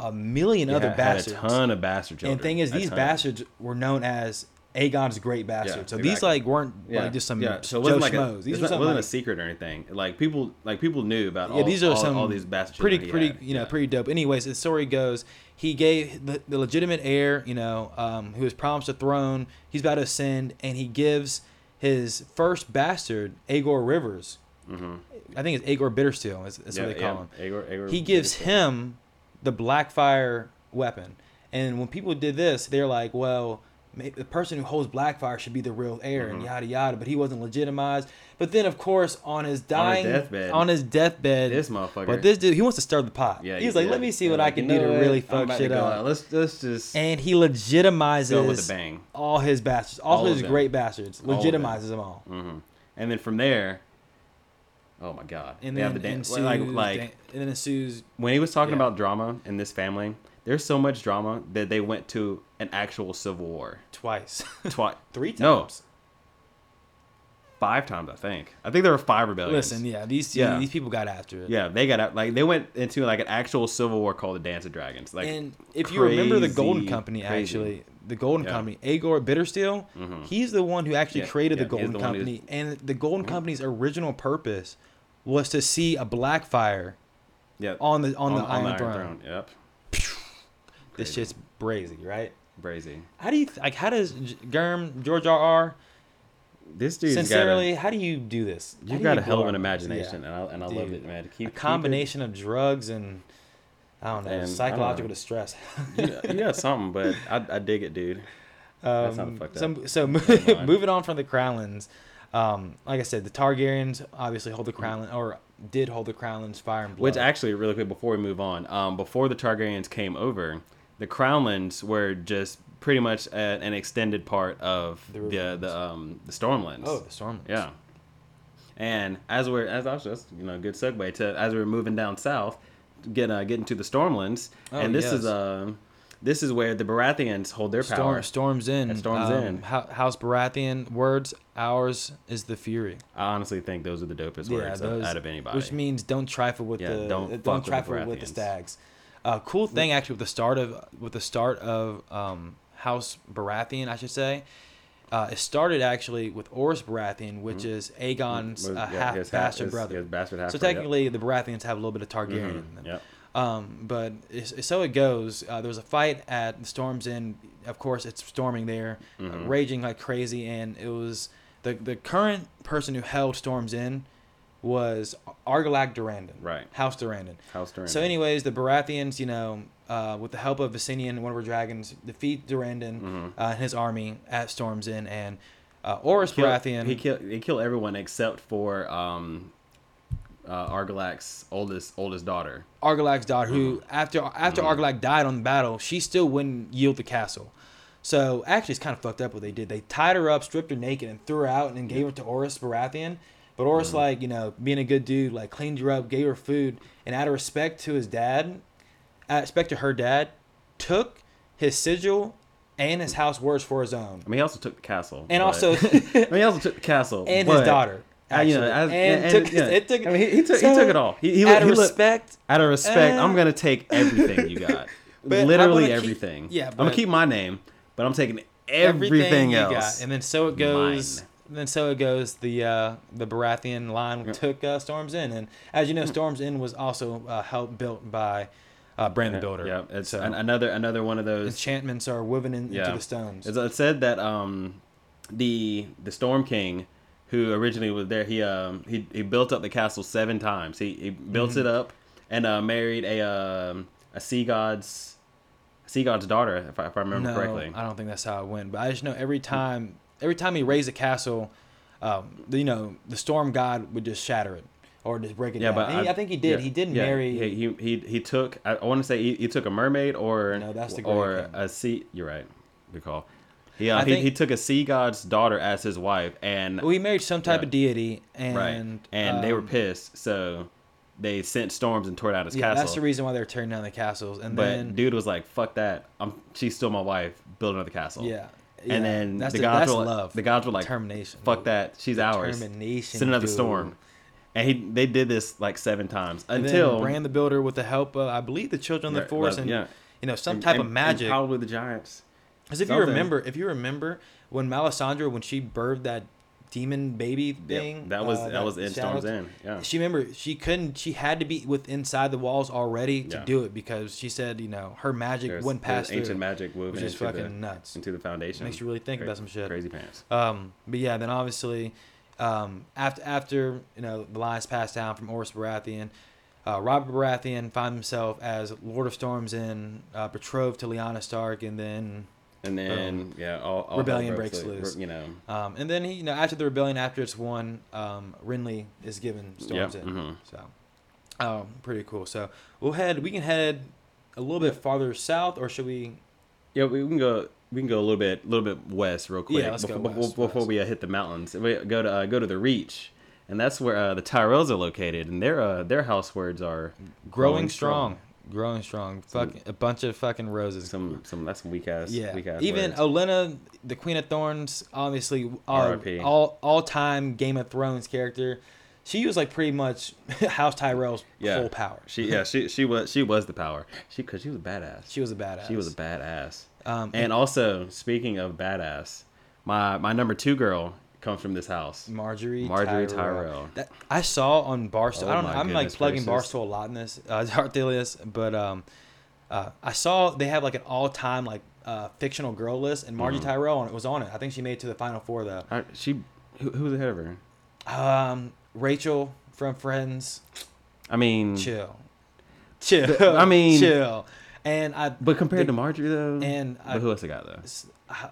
a million yeah, other had bastards. a ton of bastard children. and thing is, A these ton. bastards were known as Aegon's great bastards. so these exactly. like weren't like just some So it wasn't Joe like schmoes. a, these were it's not- it some wasn't a like, secret or anything. Like people like people knew about yeah, all, these are all, some all these bastards. pretty pretty you know pretty dope. Anyways, the story goes he gave the, the legitimate heir, you know, um, who was promised a throne. He's about to ascend, and he gives his first bastard, Agor Rivers. Mm-hmm. I think it's Agor Bittersteel. Is, is what they call him. Aegor, Aegor, He gives him the Blackfire weapon, and when people did this, they're like, well. may- The person who holds Blackfire should be the real heir, Mm-hmm. and yada yada. But he wasn't legitimized. But then, of course, on his dying, on his deathbed. deathbed, this motherfucker. but this dude, he wants to stir the pot. Yeah, he's like, yeah. let me see Yeah, what I like, can you do know to what? really I'm fuck about to shit go up. out. Let's let's just And he legitimizes go with a bang. all his bastards, all, All of his them. great bastards, of them. legitimizes them all. Mhm. And then from there, oh my god. And They then have the dan- ensues, like like dan- and then ensues. when he was talking Yeah. about drama in this family, there's so much drama that they went to an actual civil war. Twice, Twice, three No. times. five times I think. I think there were five rebellions. Listen, yeah, these Yeah. these people got after it. Yeah, they got out like they went into like an actual civil war called the Dance of Dragons. Like, and if you remember the Golden crazy- Company, crazy. actually, the Golden Yeah. Company, Mm-hmm. Agor Bittersteel, he's the one who actually Yeah, created yeah, the he's Golden the one Mm-hmm. who's- Company, and the Golden Company's original purpose was to see a Blackfire yeah, on the on, the Iron, Throne. Yep, This shit's brazy, right? crazy. How do you like? How does J- Germ George R R This dude's sincerely? how do you do this? got How a, you've do got you a hell of blow an our minds? imagination, Yeah. and I, and I love Dude, it, man. To A Keep combination of drugs and I don't know And, I don't psychological know. distress. Keep it, you, you got something, but I, I dig it, dude. That's not fucked up. Some, Um, so mo- Never mind. moving on from the Crownlands, um, like I said, the Targaryens obviously hold the Crownland or did hold the Crownlands fire and blood. Which actually, really quick, before we move on, um, before the Targaryens came over, the Crownlands were just pretty much a, an extended part of The the the, um, the Stormlands. oh the Stormlands. Yeah. And as we're as I was just you know good segue to as we're moving down south, get uh, getting to the Stormlands, Oh, and this yes. is uh, this is where the Baratheons hold their Storm, power. storms in. um, It storms in. Ho- House Baratheon words. Ours is the fury. I honestly think those are the dopest words of- out of anybody. Which means don't trifle with Yeah, the don't don't, fuck with the trifle with the, Baratheons. stags. Uh, cool thing actually with the start of with the start of um, House Baratheon, I should say. Uh, it started actually with Oris Baratheon, which is Aegon's Was- uh, Mm-hmm. yeah, half his half- bastard his- brother. his bastard so half-brother, yep. Mm-hmm. technically, the Baratheons have a little bit of Targaryen in them. Yep. Um, but it's, it's- so it goes. Uh, there was a fight at the Storm's End. Of course, it's storming there, uh, Mm-hmm. raging like crazy, and it was the the current person who held Storm's End was Argalak Durandon, Right. House Durandon. House Durandon. So, anyways, the Baratheons, you know, uh, with the help of Visenion, one of her dragons, defeat Durandon Mm-hmm. uh, and his army at Storm's End, and uh, Oris Kill- Baratheon. He kill they kill everyone except for um, uh, Argalak's oldest oldest daughter. Argalak's daughter, who Mm-hmm. after after Argalak died on the battle, she still wouldn't yield the castle. So actually, it's kind of fucked up what they did. They tied her up, stripped her naked, and threw her out, and then gave her to Oris Baratheon. But Oris, Mm-hmm. like you know, being a good dude, like cleaned her up, gave her food, and out of respect to his dad, out of respect to her dad, took his sigil and his house words for his own, I mean, he also took the castle. and but- also I mean, he also took the castle and his but- daughter. I- you know, actually. I- and, and- took yeah. it took. I mean, he- he took- he took it all. He- he out looked- of he looked- respect. Out of respect, Uh, I'm gonna take everything you got. But I'm Literally gonna keep- everything. yeah, I'm but- gonna keep my name, but I'm taking everything, you else. And then so it goes. Then so it goes. The uh, the Baratheon line took uh, Storm's Inn, and as Hmm. you know, Storm's Inn was also uh, helped built by uh, Brand the Builder. Yeah, it's So, an, another another one of those enchantments are woven in, yeah. into the stones. It's- It said that um, the the Storm King, who originally was there, he um he, he built up the castle seven times. He, he built Mm-hmm. it up and uh, married a um a sea god's sea god's daughter, if I, if I remember no, correctly. Hmm. I don't think that's how it went. But I just know every time, every time he raised a castle, um, the, you know, the Storm God would just shatter it or just break it yeah, down. but And he- I, think he did. yeah, he did yeah, marry. He he he, he took. I, I want to say he, he took a mermaid or No, that's the Grand or King. a sea. You're right. Good call. Yeah, I he, think- he took a sea god's daughter as his wife, and well, he married some type Yeah. of deity, and right. And they were um, pissed, so they sent storms and tore down his Yeah, castle. that's the reason why they were tearing down the castles. And but then dude was like, "Fuck that! I'm she's still my wife. Build another castle." Yeah. yeah. And then that's the the- gods that's were like, love. the gods were like, Determination, Fuck dude. that! She's ours. Determination, Send another dude. storm." And he they did this like seven times And then until Bran the Builder with the help of I believe the children of Right, the forest but- and yeah. you know some and- type and- of and magic. probably the giants. Because if you something. remember, if you remember when Melisandre when she birthed that demon baby Yeah, thing, that was uh, that, was in shadow- Storm's End. Yeah. She remember she couldn't. She had to be with inside the walls already to Yeah. do it because she said you know her magic There's- wouldn't there's pass through. ancient magic woven which is into the- fucking nuts. into the foundation. Makes you really think Cra- about some shit. Crazy pants. Um, but yeah, then obviously, um, after after you know the lines passed down from Oris Baratheon, uh, Robert Baratheon found himself as Lord of Storms in uh, betrothed to Lyanna Stark, and then And then yeah, all, all hell Rebellion broke breaks loose. You know. um, and then he you know after the rebellion after it's won, um, Renly is given Storms Yep, in. mhm. So, um, pretty cool. So we'll head we can head a little bit farther south, or should we? Yeah, we can go. We can go a little bit, little bit west, real quick. Yeah, let's go before, west, before west. we uh, hit the mountains. We go to uh, go to the Reach, and that's where uh, the Tyrells are located, and their uh, their house words are Growing, strong. growing strong, fucking a bunch of fucking roses. Some some that's some weak ass. Yeah. weak ass Even words. Olenna, the Queen of Thorns, obviously all R.I.P.. all all time Game of Thrones character. She was like pretty much House Tyrell's yeah. full power. She, She yeah she she was she was the power. She because she was badass. was a badass. She was a badass. Um, and also speaking of badass, my my number two girl comes from this house. Mm. Marjorie Marjorie Tyrell. Tyrell. That, I saw on Barstool. Oh I don't. my I'm like goodness plugging gracious. Barstool a lot in this uh, Arthelius, but um, uh, I saw they have like an all time like uh, fictional girl list, and Mm-hmm. Marjorie Tyrell and it was on it. I think she made it to the final four though. I, she who, who was ahead of her? Um, Rachel from Friends. I mean, chill, chill. The- I mean- chill. And I, but compared the- to Marjorie though, and but I, who else I got though? s- uh,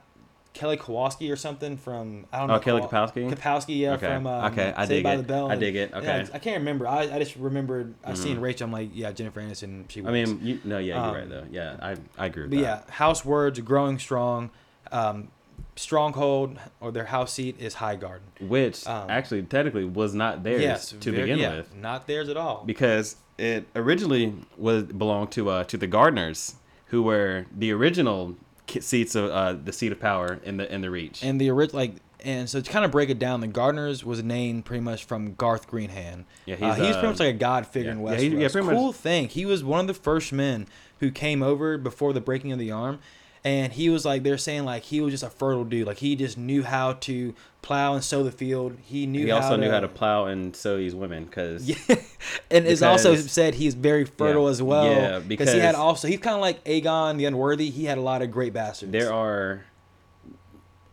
Kelly Kowalski or something from I don't Oh, know. Kelly Kowa- Kapowski? Kapowski, yeah, Okay. from um, Okay, I Saved dig by it. the Bell. I and- dig it. yeah, Okay. Mm-hmm. I can't remember. I, I just remembered I seen Rachel. I'm like, yeah, Jennifer Aniston. She. I Was. mean, you, no, yeah, you're Um, right though. Yeah, I I agree with but that. yeah, House Words growing strong. Um, stronghold or their house seat is High Garden. Which Um, actually technically was not theirs Yes, to very- begin yeah, with not theirs at all. because it originally was belonged to uh to the gardeners who were the original ki- seats of uh the seat of power in the in the reach. and the original like and so to kind of break it down the gardeners was named pretty much from garth greenhan Yeah, uh, he's, he was pretty uh, much like a god figure in yeah, westeros yeah, he- yeah, pretty much- cool thing he was one of the first men who came over before the breaking of the arm and he was like they're saying like he was just a fertile dude like he just knew how to plow and sow the field he knew He how to, also knew how to plow and sow these women because yeah. and it's also Because- said he's very fertile Yeah. as well Yeah, he had because- also he's kind of like Aegon the Unworthy he had a lot of great bastards there are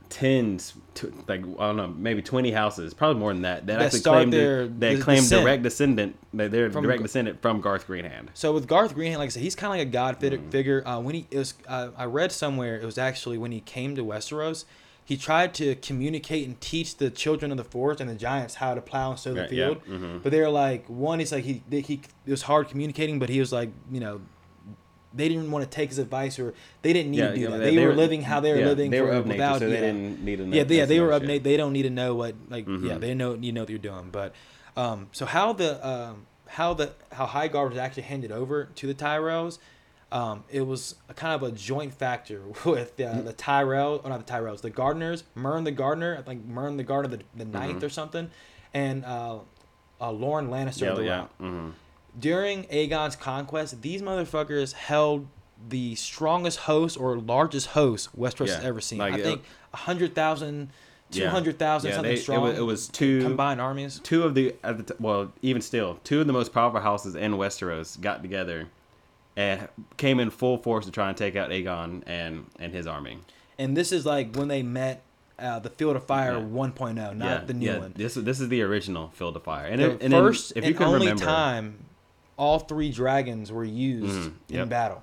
tens, to, like I don't know, maybe twenty houses, probably more than that, that, That actually start claim their- their, that the claim descent. direct descendant, that they're From direct G- descendant from Garth Greenhand. So with Garth Greenhand, like I said, he's kind of like a god fi- Mm. figure. Uh, when he it was, uh, I read somewhere it was actually when he came to Westeros, he tried to communicate and teach the children of the forest and the giants how to plow and sow the Right, yeah, mm-hmm. field. But they were like, one, he's like he they, he it was hard communicating, but he was like, you know, they didn't want to take his advice or they didn't need to do that. They, were, living how they were yeah, living They for, were of nature, without so they yeah. didn't need to know. Yeah, they, yeah, they were up. nature. They don't need to know what like yeah, Mm-hmm. they know you know what you're doing. But um, so how the um, how the how Highguard was actually handed over to the Tyrells, um, it was a kind of a joint factor with Mm-hmm. uh, the Tyrell or not the Tyrells, the Gardeners, Mern the Gardener, I think Mern the Gardener the, the ninth Mm-hmm. or something, and uh, uh, Lauren Lannister of Yeah, the yeah. Round mhm. during Aegon's conquest, these motherfuckers held the strongest host or largest host Westeros has Yeah, ever seen. like I it- think 100,000, Yeah. 200,000 Yeah, something they- strong. It was, it was two combined armies. two of the at the t- well, even still, two of the most powerful houses in Westeros got together and came in full force to try and take out Aegon and and his army. And this is like when they met uh, the Field of Fire Yeah. 1.0, not the new one. This is this is the original Field of Fire, and, The it, and then first if and you can only remember, time all three dragons were used Mhm, in yep. battle.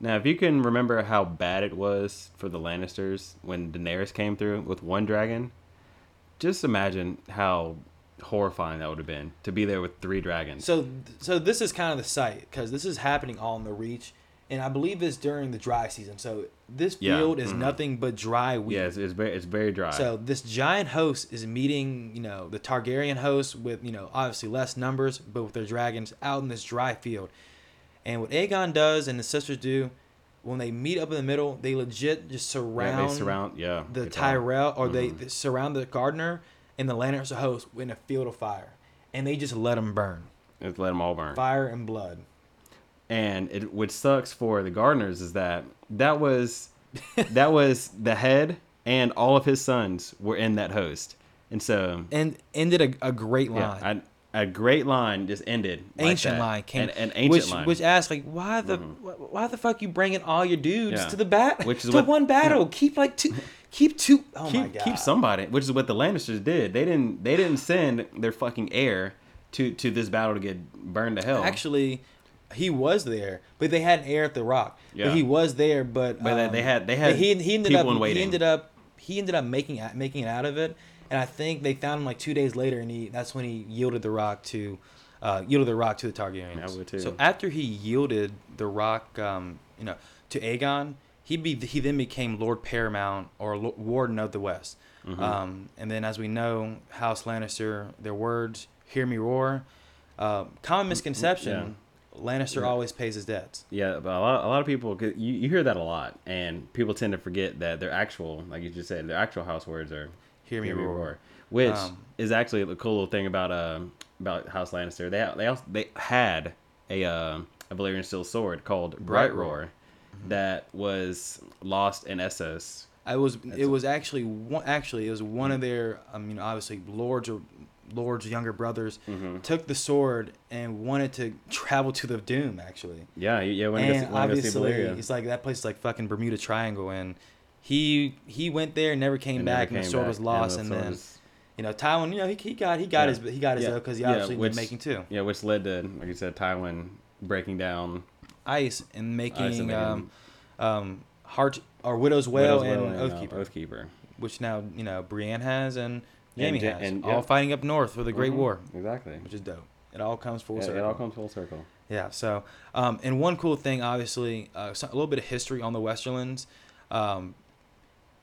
Now, if you can remember how bad it was for the Lannisters when Daenerys came through with one dragon, just imagine how horrifying that would have been to be there with three dragons. So, so this is kind of the site because this is happening all in the reach, and I believe it's during the dry season. So this Yeah, field is mhm. nothing but dry weed. yeah, it's, it's very it's very dry. So this giant host is meeting, you know, the Targaryen host with, you know, obviously less numbers, but with their dragons out in this dry field. And what Aegon does and his sisters do, when they meet up in the middle, they legit just surround, yeah, they surround Mm-hmm. yeah the they surround- Tyrell or they, they surround the gardener and the Lanterns host in a field of fire, and they just let them burn, Just let them all burn. fire and blood. And it which sucks for the gardeners is that that was that was the head and all of his sons were in that host, and so And ended a, a great line. Yeah, a, a great line just ended. like ancient that. line came An, an ancient which, line. which asked like why the wh- why the fuck you bringing all your dudes Yeah. to the bat Which is to what- one battle keep like two keep two oh my keep god keep somebody, which is what the Lannisters did. They didn't they didn't send their fucking heir to to this battle to get burned to hell. actually he was there but they had an heir at the rock Yeah. but he was there but, But they- they had- they had he, he ended people up in waiting. he ended up he ended up making out- making it out of it and I think they found him like two days later and he that's when he yielded the rock to uh, yielded the rock to the Targaryens I would too. so after he yielded the rock, um, you know, to Aegon, he be he then became Lord Paramount or Lo- Warden of the West. Um, and then, as we know, House Lannister, their words, "Hear me roar." Uh, common misconception: Lannister always pays his debts. yeah, but a lot, a lot of people 'cause you, you hear that a lot, and people tend to forget that their actual, like you just said, their actual house words are Hear me roar." which Um, is actually the cool little thing about um about House Lannister. They they also they had a uh, a Valyrian steel sword called Bright Roar that was lost in Essos. I was it was actually one actually it was one of their um, you know obviously lords or lords younger brothers took the sword and wanted to travel to the doom actually. Yeah, you- yeah. When I and go, when I go see obviously Valyria. it's like that place is like fucking Bermuda Triangle, and he he went there, never came And never back, and the came sword back, was lost, the and, sword then was- you know Tywin, you know he, he got he got his he got his though because he obviously which- was making two Yeah, which led to, like you said, Tywin breaking down. ice and making they um um heart or widow's wail Widow's Wail and oathkeeper, uh, Oathkeeper. which now you know Brienne has and Jamie Ja- has, and- all yeah. fighting up north for the Great Mhm, War, Exactly. which is dope. It all comes full It, circle. it all comes full circle. Yeah. So, um, and one cool thing, obviously, uh, so- a little bit of history on the Westerlands. Um,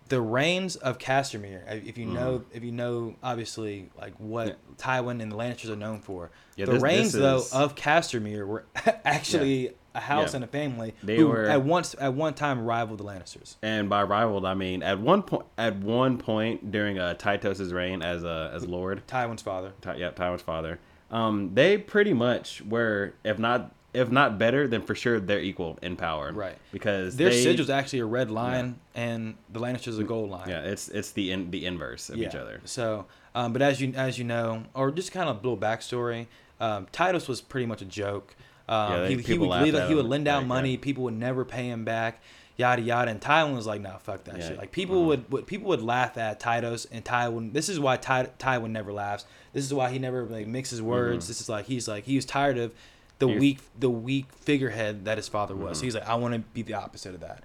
the reigns of Castamere, if if you know, if you know, obviously, like what Mm-hmm. Yeah. Tywin and the Lannisters are known for. Yeah, the this- reigns, this is- though, of Castamere were actually a house Yeah. and a family They who were- at once at one time rivaled the Lannisters. And by rivaled, I mean at one point, at one point during uh, Titus's reign as uh, as Lord, Tywin's father. Ty- yeah, Tywin's father. Um, they pretty much were, if not if not better, then for sure they're equal in power. Right. Because Their they, Mm. sigil's actually a red line, and the Lannisters a gold line. yeah, it's it's the in, the inverse of each Yeah. other. So, um, but as you as you know, or just kind of a little backstory, um, Titus was pretty much a joke. Um, Yeah, they- he, he people would laughed leave, at he would him, lend out like, money, people would never pay him back, yada yada. And Ty was like, "Nah, fuck that Yeah. Mm-hmm. shit." Like people would, would people would laugh at Titus, and Ty would. This is why Ty Tywin never laughs. This is why he never like mixes words. This is like he's like he was tired of the Mm-hmm. He was- Mm-hmm. weak the weak figurehead that his father was. So he's like, I want to be the opposite of that.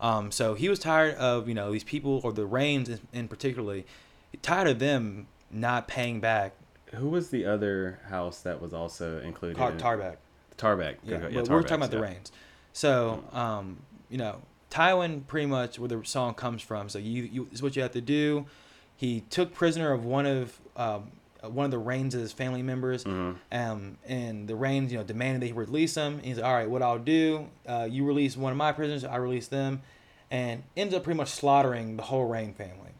Um, so he was tired of you know these people or the Reigns in, in particularly, tired of them not paying back Who was the other house that was also included? Tar- in- Tarback. Tarback. Yeah, Okay, but we're talking Tarback's, about the yeah. Mm. Reigns. So um, you know Tywin pretty much where the song comes from. So you, you this is what you have to do. He took prisoner of one of um, one of the Reigns' family members, Mm-hmm. um, and the Reigns, you know, demanded that he release him. And he's like, all right, what I'll do, uh, you release one of my prisoners, I release them, and ends up pretty much slaughtering the whole Reign family.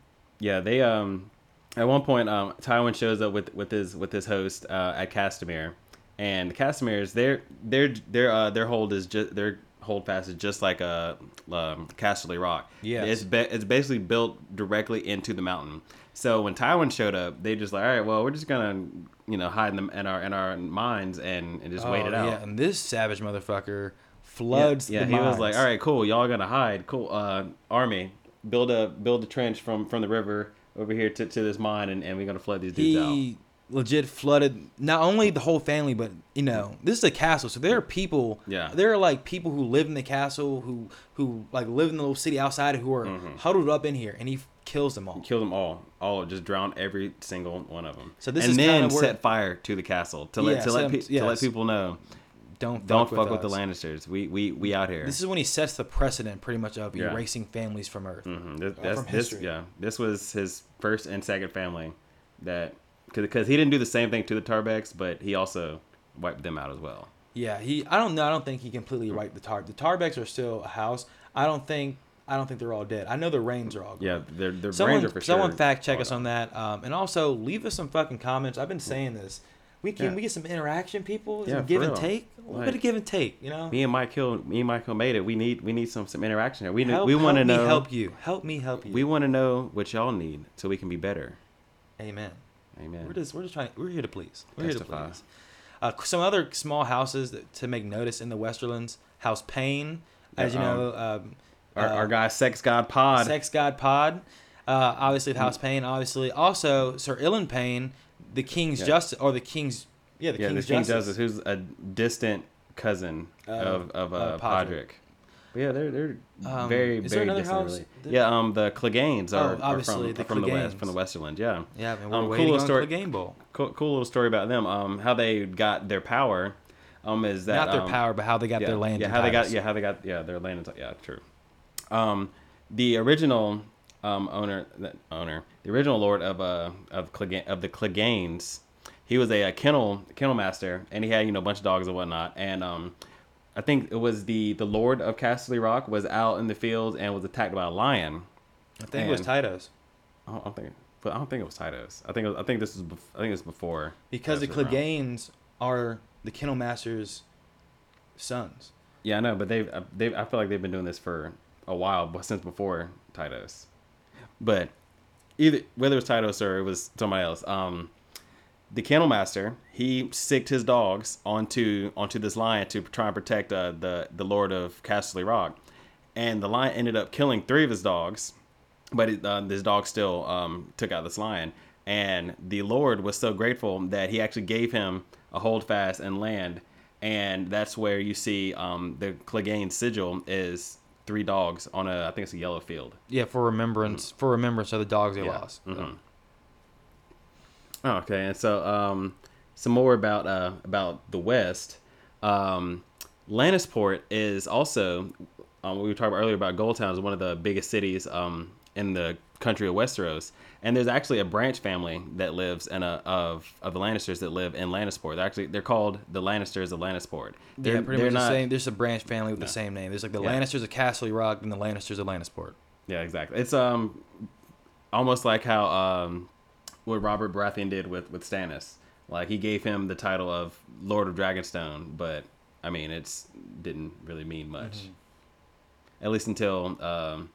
Yeah, they um at one point um Tywin shows up with with his with his host uh, at Castamere, and the Castamere's their their their uh their hold is just their hold fast is just like a um, Casterly Rock. Yes. it's ba- it's basically built directly into the mountain. So when Tywin showed up, they just like all right, well we're just gonna you know hide in them in our in our minds and and just wait it Oh, out. Yeah, and this savage motherfucker floods. Yeah, the he was like, mines. "All right, cool. Y'all gonna hide? Cool. Uh, army, build a build a trench from from the river over here to, to this mine, and, and we're gonna flood these dudes out." he legit flooded not only the whole family but you know this is a castle so there are people Yeah. there are like people who live in the castle who who like live in the little city outside who are Mm-hmm. huddled up in here and he f- kills them all Kill them all. All just drown every single one of them. So this and is then kinda where- set fire to the castle to let Yeah, to let some- pe- to let yes. people know don't don't fuck with, us. the Lannisters. We we we out here. this is when he sets the precedent pretty much of Yeah. erasing families from earth hmm This, Uh, that's, from this, history. yeah, this was his first and second family that because he didn't do the same thing to the Tarbecks, but he also wiped them out as well. yeah he i don't know i don't think he Mm. completely wiped the tar the tarbecks are still a house i don't think i don't think they're all dead i know the rains are all gone. Yeah, they're they're Someone, Ranger for someone sure. fact check Oh, us no. on that, um, and also leave us some fucking comments. I've been saying this. We can Yeah. we get some interaction, people. Yeah, some for give and real. take. A little bit Like- of give and take, you know. me and Michael, me and Michael made it. We need we need some some interaction here. We need Help- we want to help me know Help you. Help me. Help you. we want to know what y'all need so we can be better. Amen. Amen. We're just we're just trying. We're here to please. We're here Testify. to please. Uh, some other small houses that, to make notice in the Westerlands. House Payne, as you Yeah, um, know, um, our, uh, our guy, Sex God Pod. Mm. Sex God Pod. Uh, obviously, the House Payne. Obviously, also Sir Ilan Payne, the King's Yeah. Justice or the King's yeah the yeah, King's the King Justice. Justice, who's a distant cousin of of uh, uh, Podrick. Podrick. But yeah, they're they're Um, very is there very another distant. house related. that- yeah, um, the Cleganes Oh, are, are obviously, from the from the west Cleganes. from the Westerland. Yeah. Yeah, man, we're Um, waiting cool on story- the game bowl. Cool, cool little story about them. Um, how they got their power. Um, is that Not their um, power, but how they got yeah, their land. Yeah, and how they got titles. yeah, how they got yeah, their land and t- yeah, true. Um, the original um, owner, the owner, the original lord of uh of Clegane, of the Cleganes, he was a, uh kennel kennel master, and he had you know a bunch of dogs and whatnot. And um, I think it was the the lord of Castle Rock was out in the field and was attacked by a lion. I think it was Titus I don't, I don't think, but I don't think it was Titus. I think it was, I think this was bef- I think it was before because the Castle Rock. Cleganes are the kennel master's sons. Yeah, I know, but they've they I feel like they've been doing this for a while, but since before Titus. But either whether it was Titus or it was somebody else, um, the kennel master he sicked his dogs onto onto this lion to try and protect uh, the the lord of Castle Rock, and the lion ended up killing three of his dogs, but it, uh, this dog still um, took out this lion, and the lord was so grateful that he actually gave him a holdfast and land, and that's where you see um, the Clegane sigil is three dogs on a I think it's a yellow field. Yeah, for remembrance, for remembrance of the dogs they Mm. Yeah. lost. Mhm. Oh, okay, and so um, some more about uh, about the West. Um, Lannisport is also um, we were talking about earlier about Goldtown is one of the biggest cities um, in the country of Westeros, and there's actually a branch family that lives in a of of the Lannisters that live in Lannisport. They're actually they're called the Lannisters of Lannisport. They're, yeah, pretty they're much not, the same. There's a branch family with the same name. There's like the Yeah. Lannisters of Castle Rock and the Lannisters of Lannisport. Yeah, exactly. It's um almost like how um what Robert Baratheon did with with Stannis. Like he gave him the title of Lord of Dragonstone, but I I mean, it's didn't really mean much. Mm-hmm. At least until um,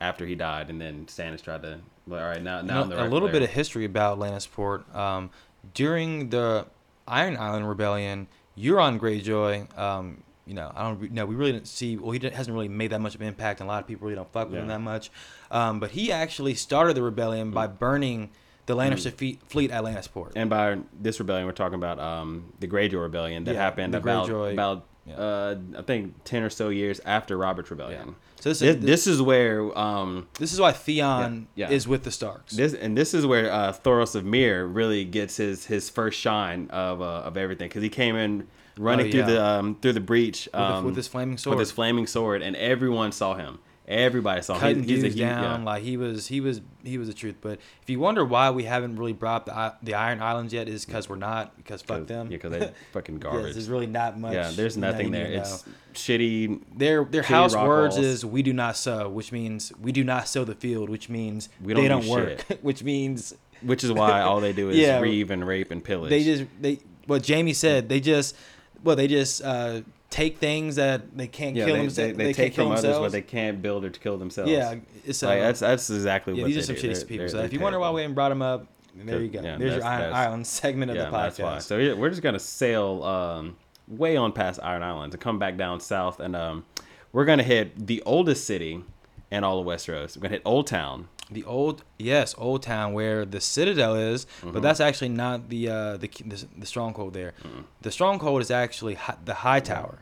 after he died, and then Stannis tried to. Well, all right, now now I'm And the a- a right little player. bit of history about Lannisport. Um, during the Iron Island Rebellion, Euron Greyjoy, um, you know, I don't re- know. We really didn't see. Well, he didn't, hasn't really made that much of an impact, and a lot of people really don't fuck with him Yeah. that much. Um, but he actually started the rebellion by burning the Lannister fe- fleet at Lannisport. Mm. And by this rebellion, we're talking about um, the Greyjoy rebellion that Yeah, happened the about Greyjoy- about yeah. uh, I think ten or so years after Robert's rebellion. So this This, is this is where um, this is why Theon Yeah, yeah. is with the Starks. this and this is where uh, Thoros of Mir really gets his his first shine of uh, of everything because he came in running Oh, through the yeah. um, through the breach with, um, with his flaming sword, with his flaming sword, and everyone saw him. Everybody saw him. cutting Oh, He- he's a dudes huge- yeah. down. Like he was, he was, he was the truth. But if you wonder why we haven't really brought up the I- the Iron Islands yet, is because we're not. Because fuck them. Yeah, because they fucking Yeah, garbage. there's really not much. yeah, there's you know, nothing you there. need to It's know. shitty. their their shitty house rock words walls. is "we do not sow," which means we do not sow the field, which means We they don't don't do work, which means Which is why all they do is Yeah. reeve and rape and pillage. they just they. What Jamie said, they just well, they just uh, take things that they can't yeah, kill they, themse- they, they can't take kill from others what themselves. they can't build or to kill themselves. yeah, it's like uh, that's that's exactly yeah, what these they are some do. shitty They're- people. So they're- if you they're wonder why terrible. we haven't brought them up, there They're- you go. yeah, There's your that's- Iron that's- Island segment of the podcast. That's why. So yeah, we're just gonna sail um, way on past Iron Island to come back down south, and um, we're gonna hit the oldest city in all of Westeros. We're gonna hit Old Town. The old, yes, Old Town, where the Citadel is, Mm-hmm. but that's actually not the uh, the, ki- the the stronghold there. The stronghold is actually hi, the High Tower,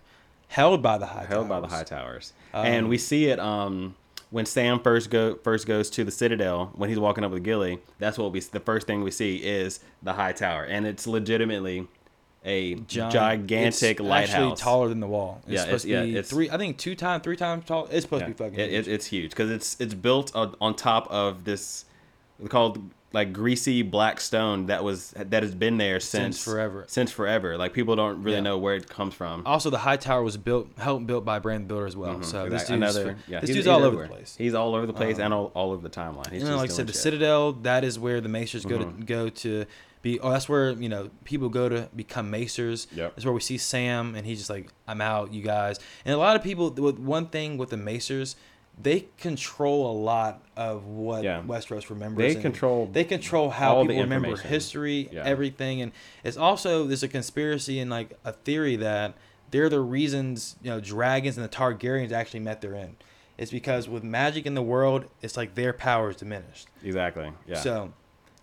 held by the High held by the High Towers, and we see it um, when Sam first go first goes to the Citadel when he's walking up with Gilly. That's what we the first thing we see is the High Tower, and it's legitimately a gigantic lighthouse. Actually, taller than the wall. It's Yeah, supposed it's- to yeah, be it's- three. I think two times, three times tall. It's supposed Yeah, to be fucking. it, huge. it, it's huge because it's it's built on, on top of this called like greasy black stone that was that has been there since, forever. Since forever, like people don't really Yeah. know where it comes from. also, the High Tower was built, helped built by Brand the Builder as well. So Like, Oh, this dude's, yeah, this he's- dude's he's all over the everywhere. place. Um, He's all over the place and all, all over the timeline. He's And then, just like I said, doing the shit. Mm-hmm. Citadel, that is where the Macers go to go to be. Oh, that's where you know people go to become Macers. Yep. That's where we see Sam, and he's just like, "I'm out, you guys." And a lot of people, with one thing with the Macers, they control a lot of what Yeah. Westeros remembers. They and control They control how all the people remember information. history, Yeah. everything, and it's also there's a conspiracy and like a theory that they're the reasons you know dragons and the Targaryens actually met their end. It's because with magic in the world, it's like their power is diminished. Exactly. Yeah. So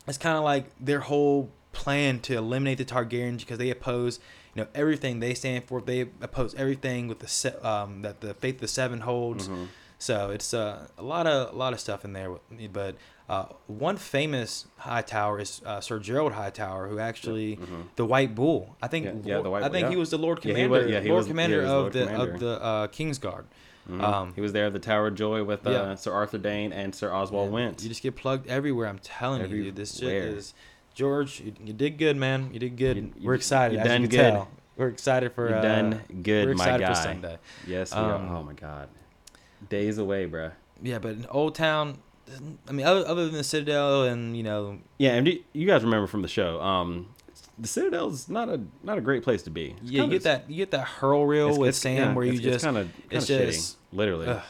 it's kind of like their whole plan to eliminate the Targaryens because they oppose, you know, everything they stand for. They oppose everything with the se- um, that the faith of the Seven holds. Mm-hmm. So it's uh, a lot of a lot of stuff in there. with- But uh, one famous Hightower is uh, Sir Gerald Hightower, who actually the White Bull. I think Mm-hmm. Yeah, yeah, the White I Bull, think he yeah. was the Lord Yeah, he Commander. was- yeah, he Lord was- yeah, he Commander was of Lord the Commander. Mm-hmm. of the uh, Kingsguard. Um, he was there at the Tower of Joy with uh, Yeah. Sir Arthur Dane and Sir Oswald Wentz. You just get plugged everywhere. I'm telling you, dude. This shit Everywhere. is George. You, you did good, man. You did good. You- you- we're excited. you as done you can good. Tell. We're excited for. You're uh, done good, we're my excited guy. for Sunday. Yes. We are. Um, Oh my God. Days away, bruh. Yeah, but in Old Town, I mean, other, other than the Citadel and you know, Yeah, and do- you guys remember from the show? Um, the Citadel's not a not a great place to be. It's yeah, you kinda- get that you get that hurl reel it's- with it's- Sam yeah, where you it's- just it's kind of it's shitty, just- literally. ugh.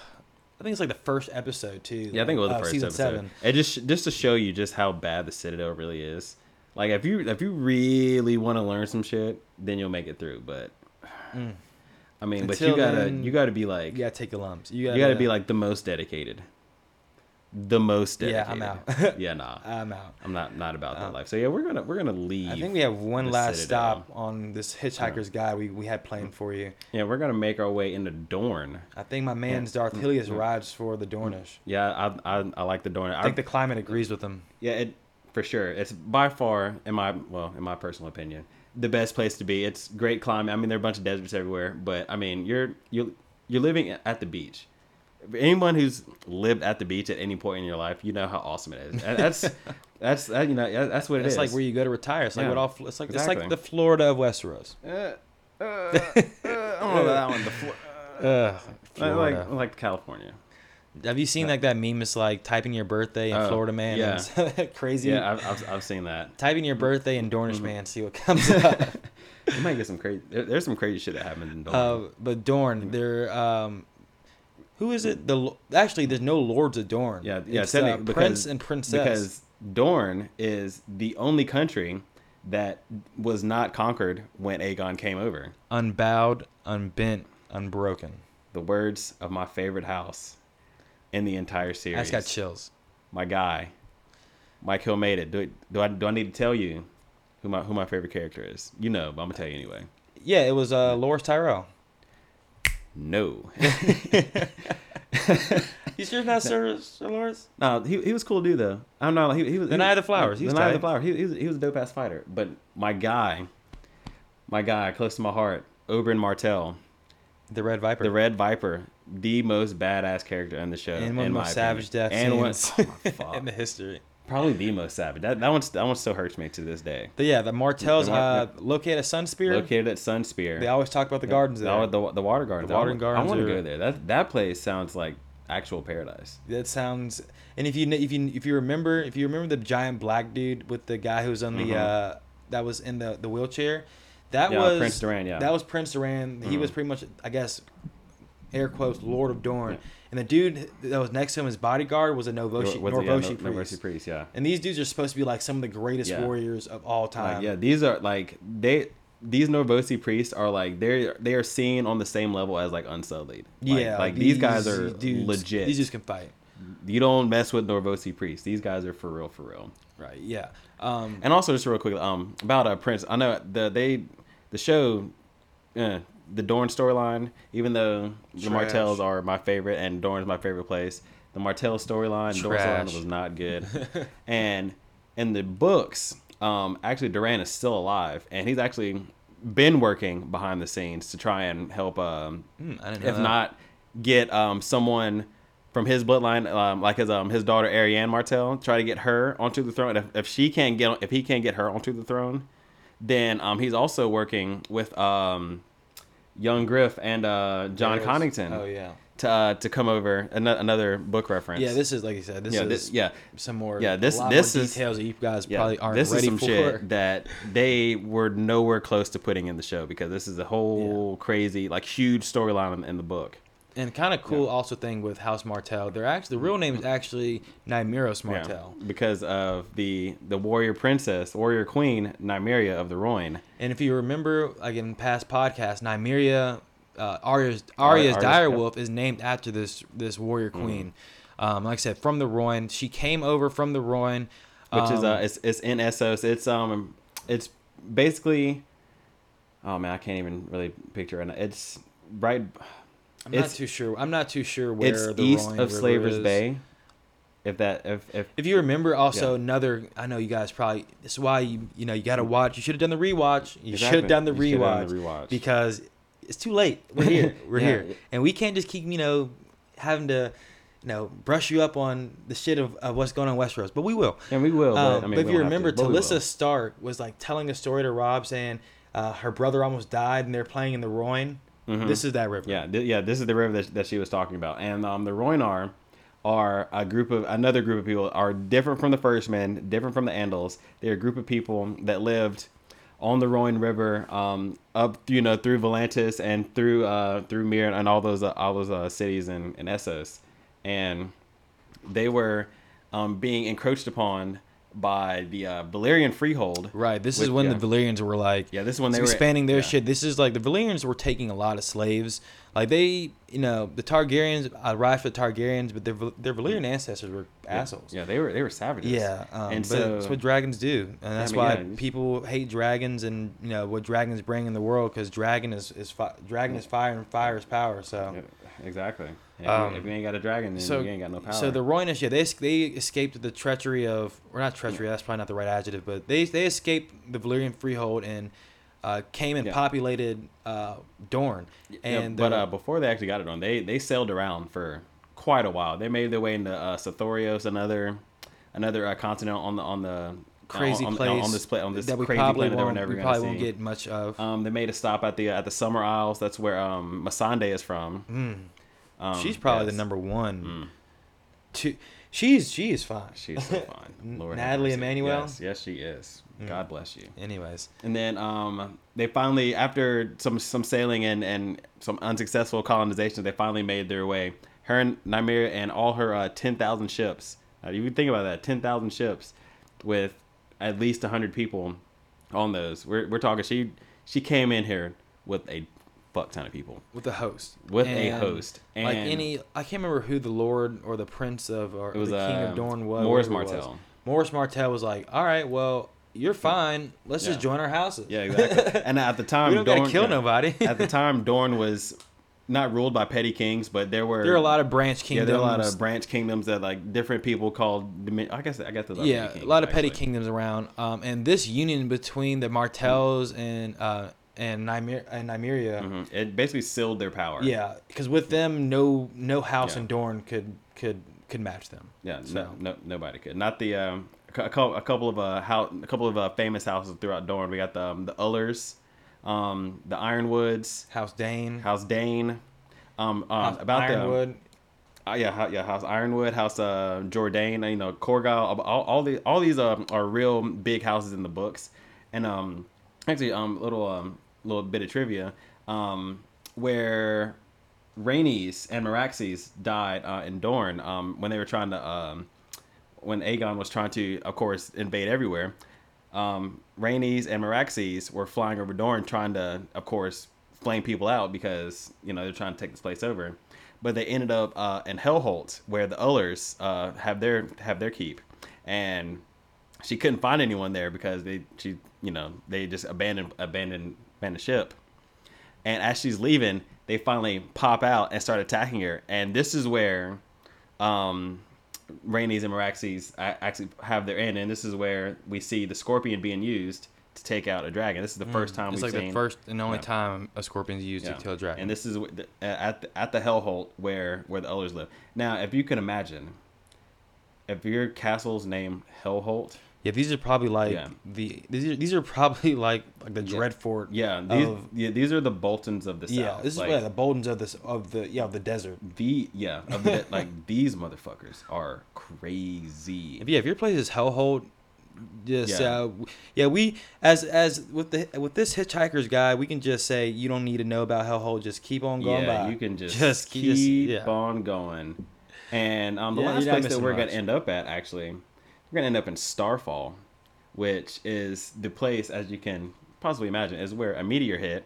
I think it's like the first episode too. Yeah, I think it was the of first season episode. seven. It just just to show you just how bad the Citadel really is. Like if you if you really want to learn some shit, then you'll make it through. But I mean, but you Mm. Until gotta then, you gotta be like You gotta take your lumps. You gotta, you gotta be like the most dedicated, the most Yeah, dedicated. I'm yeah, nah, I'm out. I'm not not about that life. So yeah, we're gonna we're gonna leave. I think we have one the last Citadel. Mm-hmm. stop on this Hitchhiker's Guide we, we had planned for you. yeah, we're gonna make our way into Dorne. I think my man's Mm, Darth Helios rides for the Dornish. Yeah, I I, I like the Dorne. I think the climate agrees with him. Yeah, it for sure. It's by far, in my well, in my personal opinion, the best place to be. It's great climate. I mean, there are a bunch of deserts everywhere, but I mean, you're you're you're living at the beach. Anyone who's lived at the beach at any point in your life, you know how awesome it is. And That's that's that, you know yeah, that's what it it's is. like where you go to retire. It's like Yeah. what all. Fl- it's like it's like Exactly. the Florida of Westeros. Uh, I don't know about that one. The Flo- Ugh, I like Florida. I like California. Have you seen like that meme? It's like typing your birthday in Oh, Florida man. yeah. Yeah. crazy. Yeah, I've, I've I've seen that. Mm-hmm. typing your birthday in Dornish man. See what comes up. You might get some crazy. There, there's some crazy shit that happened in Dorne. Uh, but Dorn, they're um, who is it? The lo- actually, there's no lords of Dorn. yeah, yeah. It's, technically, uh, because, prince and princess. Because Dorne is the only country that was not conquered when Aegon came over. unbowed, unbent, unbroken. The words of my favorite house in the entire I series. just got chills. my guy, Mike Hill made it. Do, do I do I need to tell you who my who my favorite character is? You know, but I'm gonna tell you anyway. Yeah, it was uh, Loris Tyrell. No, You sure it's not Sir, Sir Loris? no, he, he was cool dude though. I'm not. He, he was The Knight of the Flowers, he The was Night of the tight. Flowers. He, he was he was a dope ass fighter. But my guy, my guy, close to my heart, Oberyn Martell, The Red Viper. the Red Viper, the most badass character in the show, and one of in the my most savage opinion. death and one- Oh, scenes fuck. in the history. probably the most savage. That that one that one still hurts me to this day. But yeah, the Martells The Mar- uh, located at Sun Spear. Located at Sun Spear. They always talk about the gardens the, there. The, the water gardens. The water I, wa- gardens I want are- to go there. That that place sounds like actual paradise. that sounds. And if you kn- if you if you remember if you remember the giant black dude with the guy who was on the uh, that was in the the wheelchair, that Mm-hmm. Yeah, was Prince Duran, yeah. Mm-hmm. That was Prince Duran. He was pretty much I guess, air quotes, Lord of Dorne. And the dude that was next to him, his bodyguard, was a Novoshi, Was it- yeah, Norvoshi Nor- priest. Norvoshi priest. Yeah. And these dudes are supposed to be like some of the greatest Yeah. warriors of all time. Like, yeah, these are like they these Norvosi priests are like they're they are seen on the same level as like Unsullied. Like, Yeah, like these, guys are dudes- legit. These dudes can fight. you don't mess with Norvosi priests. These guys are for real, for real. Right. Yeah. Um, And also, just real quick, um, about uh, Prince. I know the they, the show, eh, the Dorn storyline. Even though the Trash. Martells are my favorite and Dorn's my favorite place, the Martell storyline, Dorn storyline Trash. was not good. and in the books, um, actually Duran is still alive, and he's actually been working behind the scenes to try and help. Um, I didn't know if that. not, get um someone. From his bloodline, um, like his um his daughter Ariane Martell, try to get her onto the throne. If, if she can't get, if he can't get her onto the throne, then um he's also working with um young Griff and uh John There's- Connington Oh yeah. to uh, to come over another, another book reference. Yeah. This is like you said. This yeah is this, yeah some more. Yeah, this- a lot this more is- details that you guys yeah, probably aren't this ready is some for. shit that they were nowhere close to putting in the show because this is a whole crazy like huge storyline in, in the book. And kind of cool also thing with House Martell. They're actually the real name is actually Nymeros Yeah, Martell. because of the the warrior princess, warrior queen Nymeria of the Roin. And if you remember, like in past podcasts, Nymeria, uh, Arya's Arya's Arya's- dire yep. Mm. wolf is named after this this warrior queen. Um, like I said, from the Roin, she came over from the Roin, which is um, uh, it's it's in Essos. It's um, it's basically, oh man, I can't even really picture it. It's right. I'm not it's too sure. I'm not too sure where it's the east Rhine of River Slavers is. Bay. If that if if If you remember, also Yeah. another. I know you guys probably. This is why you you know you got to watch. You should have done the rewatch. You should have Exactly. done the You shoulda done rewatch, the rewatch. because it's too late. We're here. We're Yeah. here, and we can't just keep you know having to you know brush you up on the shit of, of what's going on in Westeros. But we will. and we will. Um, but, I mean, but if we you don't have to, remember, but we will. Talissa Stark was like telling a story to Rob saying uh, her brother almost died, and they're playing in the Roin. Mm-hmm. This is that river. Yeah, th- yeah. This is the river that, that she was talking about, and um, the Roinar are a group of another group of people are different from the First Men, different from the Andals. They're a group of people that lived on the Roin River, um, up you know through Volantis and through uh through Mir and all those uh, all those uh, cities in, in Essos, and they were um, being encroached upon by the uh, Valyrian freehold. Right. This is With- when yeah. the Valyrians were like, Yeah, this is when they were- expanding their yeah. shit. This is like the Valyrians were taking a lot of slaves. Like they, you know, the Targaryens arrived for the Targaryens, but their Val- their Valyrian ancestors were assholes. Yeah, they were they were savages. Yeah, um, and but so that's what dragons do, and that's mean, why yeah, it's- people hate dragons and you know what dragons bring in the world because dragon is is fi- dragon is fire and fire is power. So Yeah, exactly. If, Um, you, if you ain't got a dragon, then so you ain't got no power. So the Roynish, yeah, they es- they escaped the treachery of, or not treachery. That's probably not the right adjective, but they they escaped the Valyrian freehold and uh, came and Yeah. populated uh, Dorne. Yeah, And but the- uh, before they actually got it on, they they sailed around for quite a while. They made their way into uh, Sothorios, another another uh, continent on the on the crazy on, on- place on this pla- on this that we crazy probably planet that we're won't, never we gonna probably won't see. get much of. Um, they made a stop at the at the Summer Isles. That's where um, Masande is from. Um, Hmm. She's probably yes. Hmm. the number one. too. She's she is fine. She's so fine. Lord have Natalie Hmm. mercy. Emmanuel? Yes, yes, she is. God bless you. Anyways, And then um, they finally, after some some sailing and, and some unsuccessful colonization, they finally made their way. Her and Nymeria and all her uh, 10,000 ships. Now, you can think about that 10,000 ships with at least 100 people on those. We're, we're talking, she, she came in here with a fuck ton of people. with a host. With a host. like And- any, I can't remember who the lord or the prince of or was, the king uh, of Dorne was. Morris whatever it was. Martell. Morris Martell was like, "All right, well, you're fine. Let's Yeah. just join our houses. Yeah, exactly. and at the time, we don't gotta Dorne- kill yeah. nobody. at the time, Dorne was not ruled by petty kings, but there were there are a lot of branch yeah, kingdoms. there are a lot of branch kingdoms that like different people called. domin- I guess I guess there's yeah, a lot of petty actually. kingdoms around. Um, and this union between the Martells and uh and Nymer- and Nymeria, Mhm. It basically sealed their power. yeah, because with them, no no house Yeah. in Dorne could could could match them. yeah. No, So- no, nobody could. Not the um, a, cou- a couple of uh, how a couple of uh, famous houses throughout Dorne. We got the um, the Ullers, um, the Ironwoods, House Dane, House Dane. Um, uh, House about the- Ironwood, Uh, yeah, how, yeah, House Ironwood, House uh, Jourdain, uh, you know, Corgal, all, all the all these um, are real big houses in the books, and um, actually, um, little um, little bit of trivia, um, where Rhaenys and Meraxes died uh, in Dorne, um, when they were trying to, um, when Aegon was trying to, of course, invade everywhere, um, Rhaenys and Meraxes were flying over Dorne trying to, of course, flame people out because, you know, they're trying to take this place over. But they ended up uh, in Hellholt, where the Ullers uh, have their have their keep, and she couldn't find anyone there because they she you know they just abandoned abandoned abandoned ship. And as she's leaving, they finally pop out and start attacking her. And this is where um, Rainey's and Meraxes a- actually have their end. And this is where we see the scorpion being used to take out a dragon. This is the first time Mm, It's we've like seen the first and only yeah. time a scorpion's used yeah. to kill a dragon. And this is wh- the- uh, at the, at the Hellholt where where the Ullers live. Now, if you can imagine, if your castle's named Hellholt, yeah, these are probably like Yeah. the these are, these are probably like like the Dreadfort. yeah, these of- yeah, these are the Boltons of the South. yeah, this is Like, like the Boldens of this of the yeah of the desert. the yeah of the, like these motherfuckers are crazy. If- yeah, if your place is hellhole, just Yeah. yeah. Uh, w- yeah, we as as with the with this hitchhiker's guy, we can just say you don't need to know about hellhole. Just keep on going yeah, by. you can just, keep keep- just- yeah. on going. And um, the Yeah, last you're not place that missing we're much. gonna end up at actually, we're gonna end up in Starfall, which is the place as you can possibly imagine is where a meteor hit,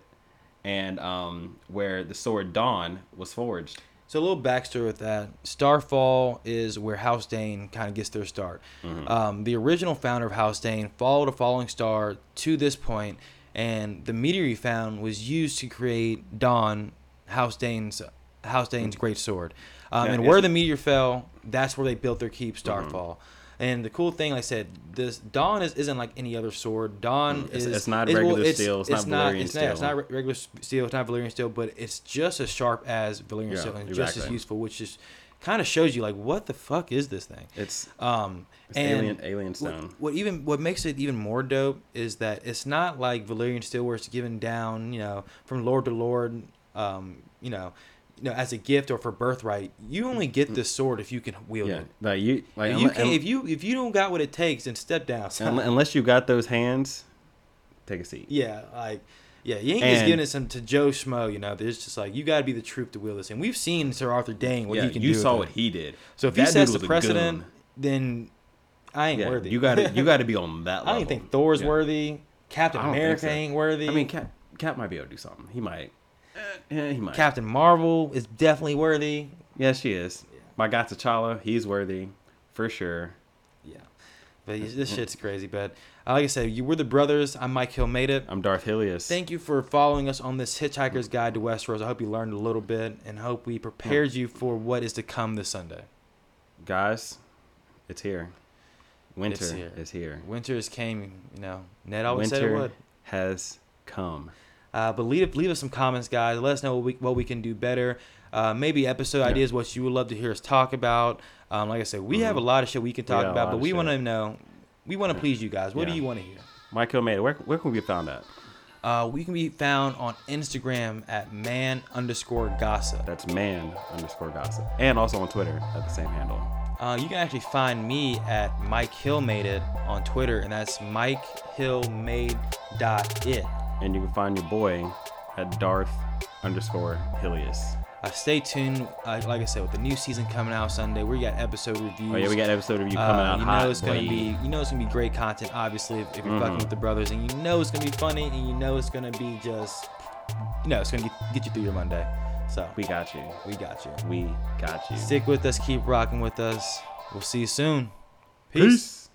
and um, where the sword Dawn was forged. So a little backstory with that. Starfall is where House Dane kind of gets their start. Mm-hmm. Um, the original founder of House Dane followed a falling star to this point, and the meteor he found was used to create Dawn, House Dane's House Dane's Mm-hmm. great sword. Um, Yeah, and it's- where the meteor fell, that's where they built their Mm-hmm. keep, Starfall. And the cool thing, like I said, this Dawn is, isn't like any other sword. Dawn Mm, It's- is it's not regular steel, it's not Valyrian it's Not, it's steel. not re- regular s- steel. It's not Valyrian steel, but it's just as sharp as Valyrian Yeah, steel and just as exactly. useful, which just kind of shows you like what the fuck is this thing. It's Um, It's and alien- alien what- stone. What, even what makes it even more dope is that it's not like Valyrian steel where it's given down, you know, from lord to lord, um, you know, you know, as a gift or for birthright. You only get this sword if you can wield Mm. yeah, it. like you like If unle- you, can, un- if you if you don't got what it takes, then step down. son. unle- unless you got those hands, take a seat. Yeah, like yeah, you ain't And- just giving it some to Joe Schmo. You know, there's just like you got to be the troop to wield this, and we've seen Sir Arthur Dane what yeah, he can you do. saw with what it. he did. So if That he dude sets the was a precedent, goon. then I ain't yeah, worthy. you got to you got to be on that level. I ain't think Thor's Yeah. worthy. Captain I don't think America so. ain't worthy. I mean, Cap Cap might be able to do something. He might. Yeah, he might. Captain Marvel is definitely worthy. Yeah, she is. My guy T'Challa, he's worthy for sure. Yeah. But this- mm. this shit's crazy. But uh, like I said, you were the brothers. I'm Mike Hill. Made it. I'm Darth Hilius. Thank you for following us on this Hitchhiker's Guide to Westeros. I hope you learned a little bit, and hope we prepared you for what is to come this Sunday. Guys, it's here. Winter It's here. is here. Winter has came, you know. Ned always said Winter it would. has come. Uh, but leave, leave us some comments, guys. Let us know what we, what we can do better. Uh, maybe episode ideas, what you would love to hear us talk about. Um, like I said, we have a lot of shit we can talk got Mm-hmm. a lot about, but of we want to shit. know. We want to please you guys. What Yeah. do you want to hear? Michael Maida, where, where can we be found at? Uh, we can be found on Instagram at man underscore gossip. That's man underscore gossip. And also on Twitter at the same handle. Uh, you can actually find me at Mike Hill Made It on Twitter, and that's MikeHillMade.it. And you can find your boy at Darth underscore Hilius. Uh, stay tuned, uh, like I said, with the new season coming out Sunday. We got episode reviews. Oh yeah, we got episode of you coming Uh, out you know hot. it's gonna boy. be Mm-hmm. you know it's gonna be great content. Obviously, if, if you're fucking with the brothers, and you know it's gonna be funny, and you know it's gonna be just you know it's gonna get, get you through your Monday. So We got you. we got you. We got you. Stick with us. Keep rocking with us. We'll see you soon. Peace. Peace.